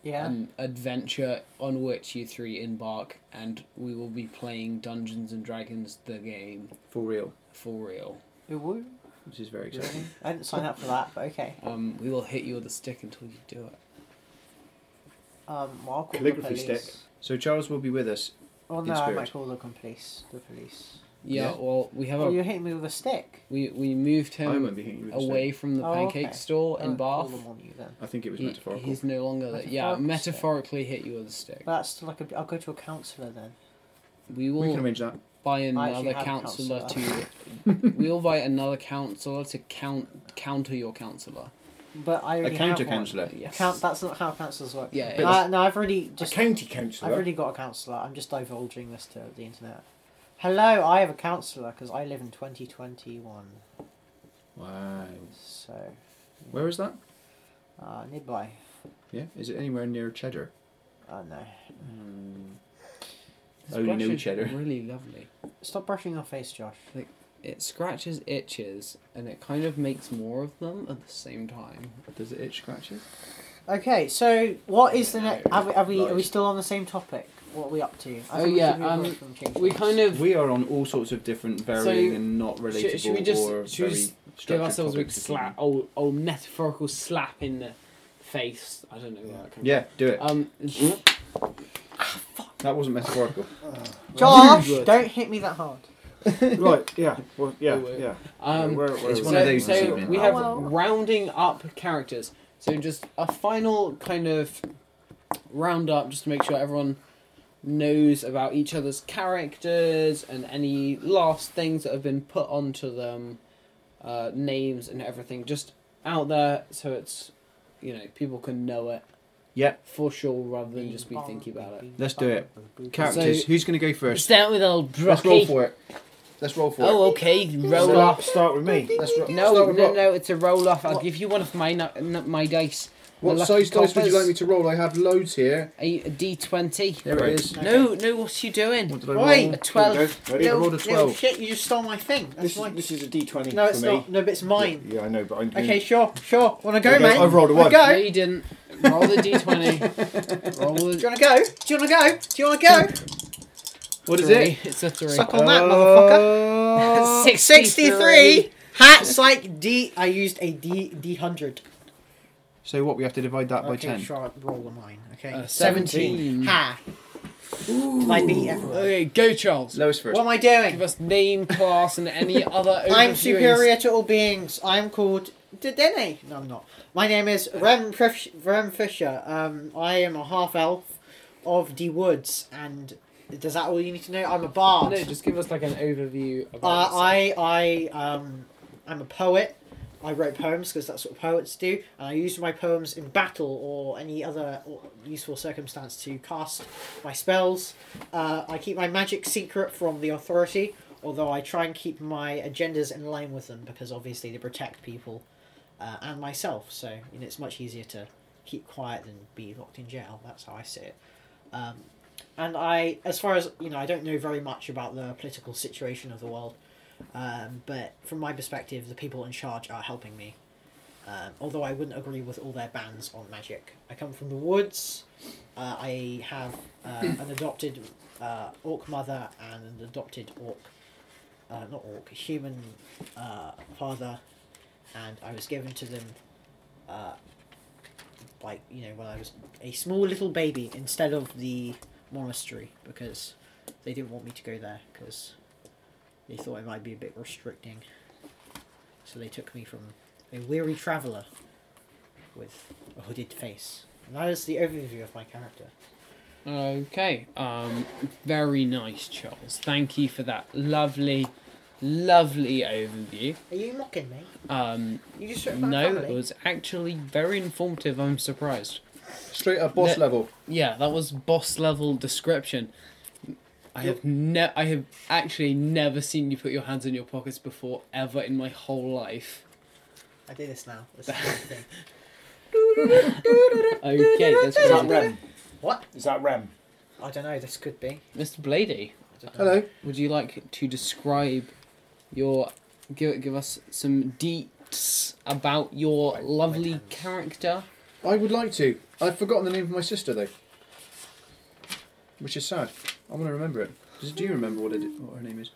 D: yeah.
A: an adventure on which you three embark, and we will be playing Dungeons and Dragons the game
B: For real.
A: for real.
D: Ooh, woo.
B: This is very
D: Really?
B: exciting.
D: I didn't sign up for that, but okay.
A: Um, we will hit you with a stick until you do it.
D: Um, well, I'll call
E: Calligraphy
D: the police.
E: stick.
B: So Charles will be with us.
D: Well,
B: In
D: no, I
B: spirit.
D: might call the police. The police.
A: Yeah,
B: Yeah.
A: well, we have
D: Oh,
A: a
D: you're hitting me with a stick.
A: we we moved
B: I
A: him
B: won't be hitting you with a
A: away from the
D: Oh,
A: pancake
D: okay.
A: store in
D: Don't call
A: Bath.
D: them on you then.
B: stick. I think it was
A: He-
B: metaphorical.
A: he's no longer that. Yeah,
D: Metaphorical stick.
A: metaphorically hit you with a stick.
D: That's like a. I'll go to a counsellor then.
A: We
B: we can
A: will
B: arrange that.
A: buy
D: actually
A: another
D: have
A: counselor to. we will buy another counselor to count counter your counselor.
D: But I
B: A
D: already
B: counter
D: have one.
B: counsellor.
A: Uh, Yes.
D: Count. That's not how counsellors work.
A: Yeah, it
D: Uh, no, I've already
E: A
D: just.
E: county
D: I've
E: councillor.
D: already got a counsellor. I'm just divulging this to the internet. Hello, I have a counsellor because I live in 2021.
B: Wow.
D: So,
B: Where is that?
D: uh, nearby.
B: Yeah. Is it anywhere near Cheddar? Um,
D: Oh no.
A: This
B: Only
A: brush
B: new
A: is
B: cheddar.
A: Really lovely.
D: Stop brushing your face, Josh.
A: It scratches itches and it kind of makes more of them at the same time.
B: Does it itch scratches?
D: Okay, so what is the next? Are we, are we are we
B: Right.
D: still on the same topic? What are we up to?
A: Oh,
D: think we
A: yeah,
D: should move away
A: um,
D: from change
A: We
D: things.
A: kind of
B: We are on all sorts of different varying and not relatable
A: should we just-
B: or
A: should we
B: very
A: just give
B: structured
A: ourselves a big
B: topics, if you
A: slap, old, old metaphorical slap in the face. I don't know where that
B: want.
A: comes
B: Yeah, Mm-hmm. do it.
A: Um,
B: that wasn't metaphorical.
D: Josh,
A: Good.
D: don't hit me that hard.
E: right, yeah. Well, yeah,
A: Oh, wait.
E: yeah.
A: um,
E: Where- where
B: it's
E: was
B: one
E: it?
A: so,
B: of those this
A: so
B: evening.
A: we have
D: Oh, well.
A: rounding up characters. So just a final kind of round up, just to make sure everyone knows about each other's characters and any last things that have been put onto them, uh, names and everything, just out there, so it's you know people can know it.
B: Yep.
A: for sure, rather than just be thinking about it.
B: Let's do it. Characters.
A: Characters, So-
B: who's going to go first?
A: Start with old
B: Let's roll
A: Brocky.
B: for it. Let's roll for
A: Oh, okay, roll off.
E: Start, start with me.
B: it. Let's ro- start
A: No,
B: with
A: no,
B: Rob.
A: no, it's a roll off. I'll
B: What?
A: give you one of my nu- nu- my dice.
B: What
A: The lucky
B: size dice would you
A: coppers.
B: like me to roll? I have loads here.
A: A a D20.
B: There it is.
A: No, no, what you doing?
B: What did I
A: Oi,
B: roll?
A: A 12.
E: Ready?
B: I
D: No,
B: rolled a
D: no,
B: 12.
D: shit, you just stole my thing. That's
E: This
D: mine.
E: is, this is a D20
D: no,
E: for
D: it's
E: me.
D: not. No, but it's mine.
E: Yeah, I know, but I'm doing
D: Okay, sure, sure. Wanna go,
E: Okay,
D: mate?
E: I've rolled a
D: Wanna
E: one.
D: Go.
A: No,
D: Do
A: you didn't. Roll the D20. roll
D: you
A: the.
D: wanna go? Do you wanna go? Do you wanna go?
B: What is
A: three.
B: it?
A: It's a 3.
D: Suck on that, motherfucker.
B: Uh,
D: Sixty-three. Hats like D. I used a D D hundred.
B: so what? We have to divide that by
D: Okay,
B: 10.
D: sure. Roll a mine. Okay.
A: Uh, 17.
D: Ha. I beat everyone.
A: Okay, go, Charles.
B: Lowest first.
D: What am I
A: Oh, Give
D: doing?
A: us name, class, and any other.
D: I'm
A: overviewings.
D: superior to all beings. I'm called Dedenne. No, I'm not. My name is Rem, Pref- Rem Fisher. Um, I am a half elf of the woods. And does that all you need to know? I'm a bard.
A: No, just give us like an overview about.
D: Uh,
A: yourself.
D: I I um I'm a poet. I wrote poems because that's what poets do, and I used my poems in battle or any other useful circumstance to cast my spells. Uh, I keep my magic secret from the authority, although I try and keep my agendas in line with them because obviously they protect people uh, and myself. So you know, it's much easier to keep quiet than be locked in jail. That's how I see it. Um, and I, as far as you know, I don't know very much about the political situation of the world, um, but from my perspective, the people in charge are helping me. Um, although I wouldn't agree with all their bans on magic. I come from the woods. Uh, I have uh, an adopted uh, orc mother and an adopted orc, uh, not orc, human uh, father, and I was given to them uh, like you know when I was a small little baby instead of the monastery because they didn't want me to go there because they thought it might be a bit restricting. So they took me from a weary traveller with a hooded face. And that is the overview of my character.
A: Okay. Um, very nice, Charles. Thank you for that lovely, lovely overview.
D: Are you mocking me?
A: Um,
D: You just
A: no,
D: took my
A: it
D: family.
A: was actually very informative. I'm surprised.
B: Straight up boss
A: Let-
B: level.
A: Yeah, that was boss level description. I have ne- I have actually never seen you put your hands in your pockets before ever in my whole life.
D: I do this now. This is the thing.
A: Okay, that's
E: Is that
A: crazy.
E: Rem?
D: What?
E: Is that Rem?
D: I don't know. This could be.
A: Mr. Blady,
D: I don't know.
B: Hello.
A: would you like to describe your give give us some deets about your lovely
D: hands.
A: character?
B: I would like to. I've forgotten the name of my sister though, which is sad. I want to remember it. Does, do you remember what, it, what her name is?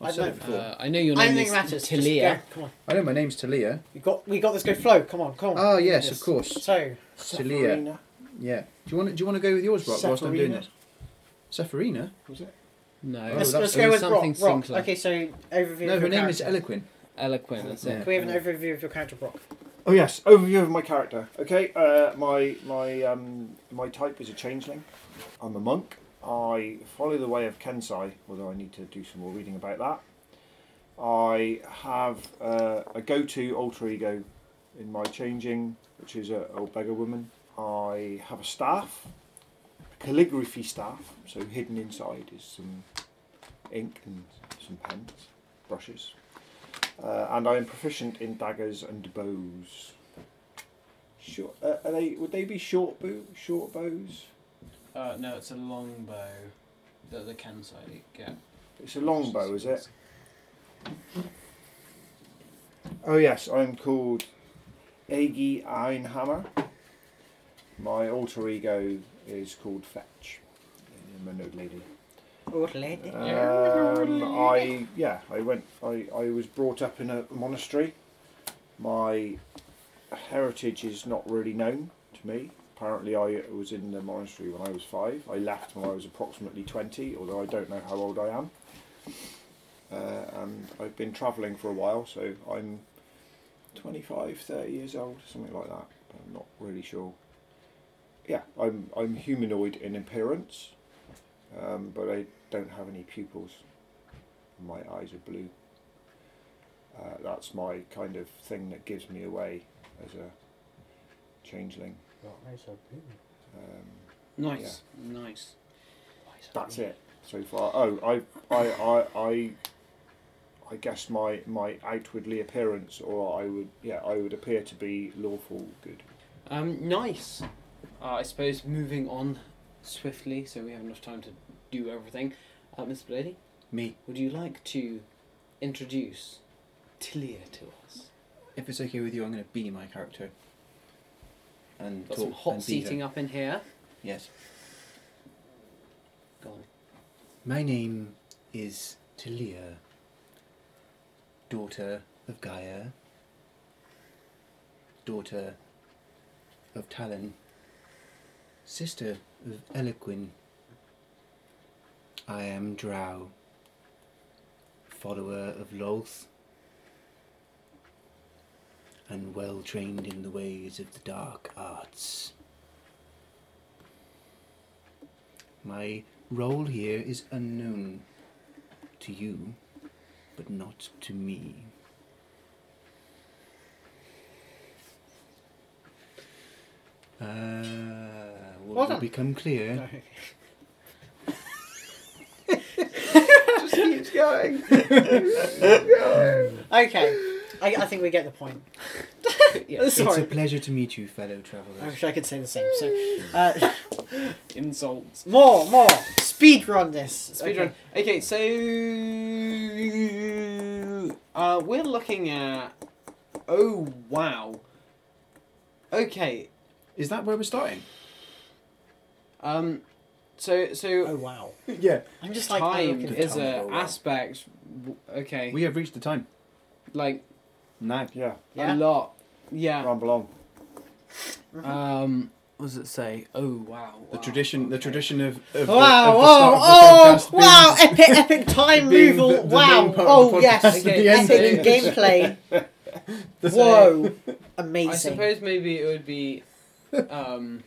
D: I
B: I've said
D: don't-
B: it before.
A: Uh, I know your
D: I don't think
A: name is
D: it matters. Just
A: Talia.
D: go. Come on.
B: I know my name's Talia.
D: We got. We got this. Go flow. Come on. Come on.
B: Ah, yes,
D: Oh, Yes.
B: of course.
D: So
B: Talia.
E: Severina,
B: Yeah. Do you want to, Do you want to go with yours, Brock? Whilst I'm doing
E: Seferina?
B: this. Sepharina.
E: was it?
A: No,
B: Oh,
D: let's,
B: that's-
D: let's
A: it
D: go
A: was
D: with Brock.
A: something
D: Brock.
A: simpler.
D: Okay, so overview.
B: No,
D: of your
B: her name
D: character.
B: is Eloquin.
A: eloquent. That's
B: Yeah.
A: it.
D: Can we have an overview of your character, Brock?
E: Oh yes, overview of my character. Okay, uh, my my um, my type is a changeling. I'm a monk. I follow the way of Kensai, although I need to do some more reading about that. I have uh, a go-to alter ego in my changing, which is a old beggar woman. I have a staff, a calligraphy staff. So hidden inside is some ink and some pens, brushes. Uh, and I am proficient in daggers and bows. Short, uh, are they? Would they be short bow? Short bows?
A: Uh, no, it's a long bow that the Kansai get.
E: It's a long bow, is it? Oh yes, I am called Agi Einhammer. My alter ego is called Fetch. I'm a node lady.
D: Oh, lady.
B: Uh,
E: Um, I yeah, I went. I, I was brought up in a monastery. My heritage is not really known to me. Apparently, I was in the monastery when I was five. I left when I was approximately twenty, although I don't know how old I am. Uh, and I've been travelling for a while, so I'm 25, 30 years old, something like that. I'm not really sure. Yeah, I'm I'm humanoid in appearance, um, but I don't have any pupils. My eyes are blue. Uh, that's my kind of thing that gives me away as a changeling. Um,
A: Nice, nice.
E: that's it so far. Oh, I, I, I, I, I guess my my outwardly appearance, or I would, yeah, I would appear to be lawful good.
A: Um, nice. Uh, I suppose moving on swiftly, so we have enough time to do everything. Uh, Miss Blady,
B: Me.
A: would you like to introduce Tilia to us?
B: If it's okay with you, I'm going to be my character. And
A: Got
B: talk
A: some hot
B: and be her.
A: seating up in here.
B: Yes.
A: Go on.
B: My name is Talia, daughter of Gaia, daughter of Talon, sister of Eloquin. I am Drow, follower of Loth, and well trained in the ways of the dark arts. My role here is unknown to you, but not to me. Uh, what
D: Well
B: will
D: done.
B: become clear
D: Okay.
H: Just keeps going.
D: okay. I, I think we get the point.
A: Yeah.
B: It's a
D: Sorry.
B: pleasure to meet you, fellow
D: I
B: travelers.
D: wish I could say the same. So, uh,
A: Insults.
D: more, more. Speed run this.
A: Speedrun.
D: Okay.
A: Okay, so uh, we're looking at. Oh wow. Okay.
B: Is that where we're starting?
A: Um. So so
D: Oh wow.
B: yeah.
D: I'm just like I
A: time
D: look at-
A: is
B: Time
A: a
B: go well.
A: aspect. w- Okay,
B: We have reached the time.
A: like
B: Now.
E: Yeah,
D: Yeah.
A: a lot. Yeah.
E: ramble on.
A: Um, what does it say? Oh wow.
B: The
A: wow,
B: tradition, the
A: okay.
B: tradition of, of
D: Wow,
B: the,
D: oh,
B: of the start
D: oh,
B: of the
D: wow,
B: podcast being-
D: epic, epic time
B: being
D: removal,
B: the- the
D: wow,
B: main part of
D: oh
B: the
D: yes,
B: podcast at
D: okay,
B: the end.
D: epic gameplay, whoa,
A: I
D: amazing.
A: suppose maybe it would be. Um,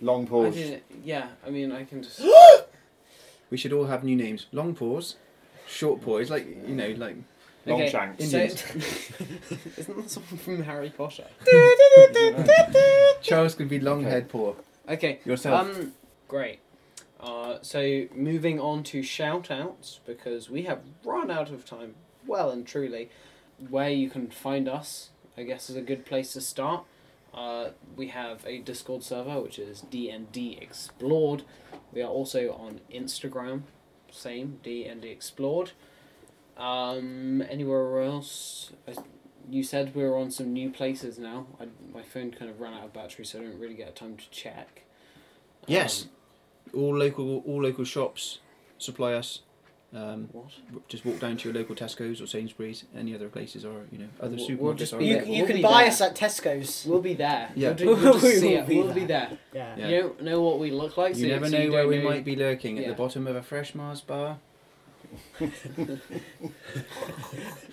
G: Long
A: I
G: pause.
A: didn't. Yeah, I mean, I can just.
B: We should all have new names. Long pause, short pause, like you know, like
G: Long
A: okay,
G: shanks.
A: So,
B: Indians.
A: isn't that someone from Harry Potter?
B: Charles could be long head poor
A: Okay.
B: yourself.
A: Um, great. Uh, so moving on to shout outs because we have run out of time well and truly. Where you can find us, I guess, is a good place to start. Uh, we have a Discord server which is D&D Explored. We are also on Instagram, same D&D Explored. Um, anywhere else? I, you said we were on some new places now. I, my phone kind of ran out of battery, so I don't really get time to check.
B: Yes.
A: Um,
B: all local, all local shops supply us. Um,
A: what?
B: just walk down to your local Tesco's or Sainsbury's. Any other places are you know other
A: We'll-
B: supermarkets
A: we'll just
B: are.
A: be-
D: you
B: available.
A: We'll
D: you can
A: be
D: buy
A: there.
D: us at Tesco's.
A: We'll be there.
B: Yeah.
A: You'll, ju- you'll just see
D: We'll
A: it.
D: be
A: we'll be there.
D: Yeah.
B: Yeah.
A: You don't know what we look like.
B: You
A: so
B: never
A: so
B: know
A: you
B: where
A: don't
B: we
A: know-
B: might be lurking at
A: Yeah.
B: the bottom of a fresh Mars bar.
A: You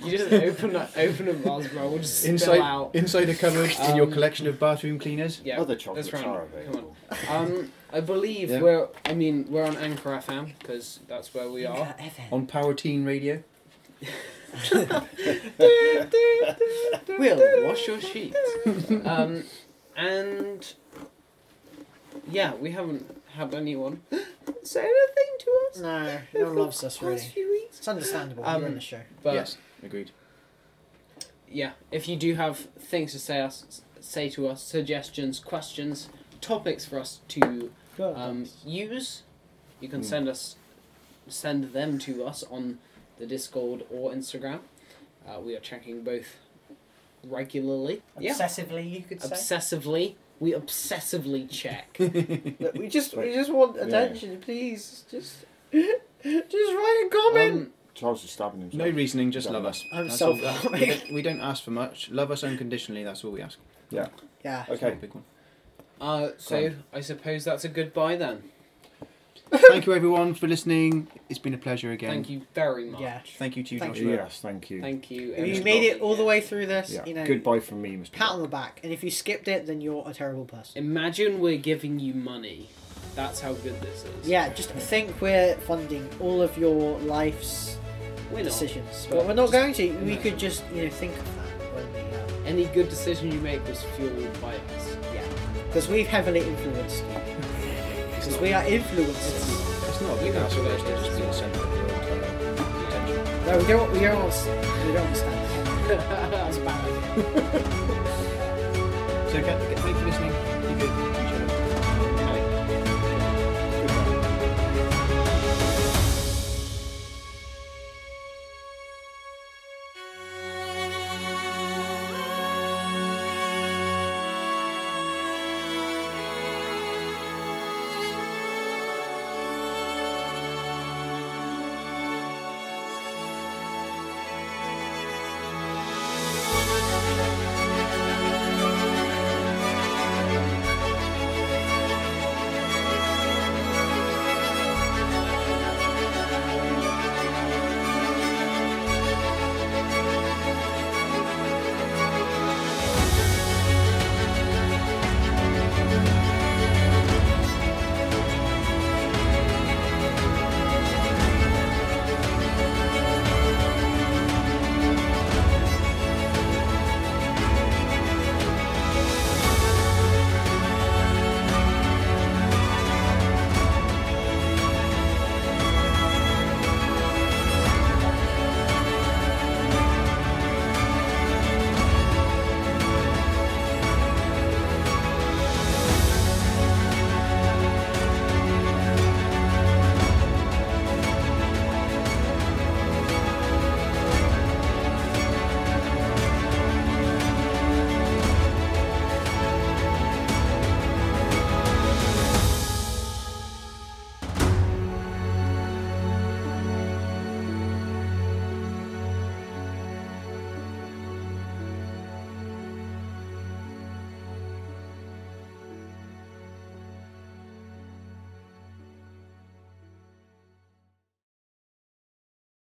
A: just open a, open a Mars bar. We'll just spill
B: Inside,
A: out.
B: inside a cupboard
A: Um,
B: in your collection of bathroom cleaners.
A: Yeah.
G: Other chocolates
A: round.
G: are
A: Come on.
G: available.
A: Um, I believe
B: Yeah.
A: we're. I mean, we're on Anchor FM because that's where we are.
B: on Power Teen Radio.
A: Will, wash your sheets. Um, and yeah, we haven't had anyone say anything to us
D: No, no one loves us
A: the
D: really.
A: past few weeks.
D: It's understandable.
A: Um,
D: we're in the show.
A: But
B: yes, agreed.
A: yeah, if you do have things to say us, say to us, suggestions, questions, topics for us to um, use, you can send us send them to us on the Discord or Instagram. Uh, we are checking both regularly. Yeah.
D: Obsessively, you could say.
A: obsessively. We obsessively check.
D: we just, we just want attention, please. Just, just write a comment.
A: um,
G: Charles is stabbing himself.
B: No reasoning, just love us.
D: I'm
B: That's
D: so
B: all- that- we, don't, we don't ask for much. Love us unconditionally. That's all we ask.
D: yeah.
B: That's not
G: Okay.
B: a big one.
A: uh, so I suppose that's a goodbye then.
B: Thank you everyone for listening. It's been a pleasure again.
A: Thank you very much.
D: Yeah.
B: Thank you to you,
D: Thank
B: Joshua.
G: Yes, thank you.
A: Thank you.
D: If you
A: everybody.
D: made it all the way through this,
G: yeah.
D: you know,
G: Goodbye from me, Mr.
D: pat on the back. And if you skipped it, then you're a terrible person.
A: Imagine we're giving you money. That's how good this is.
D: Yeah, just think we're funding all of your life's
A: We're not.
D: decisions,
A: but
D: but we're not
A: just
D: going to. We
A: imagine.
D: could just, you know, think of that when we, uh,
A: Any good decision you make was fueled by us.
D: yeah, because we've heavily influenced you. Because we are influencers.
B: It's not a
A: You
B: big
A: can
B: ask for
A: do
B: us.
A: it.
B: Just be a centre of your entire attention.
D: No, we don't. We don't. want- We don't understand.
A: That's bad.
B: So, okay, thank you for listening. Be good. Appreciate it.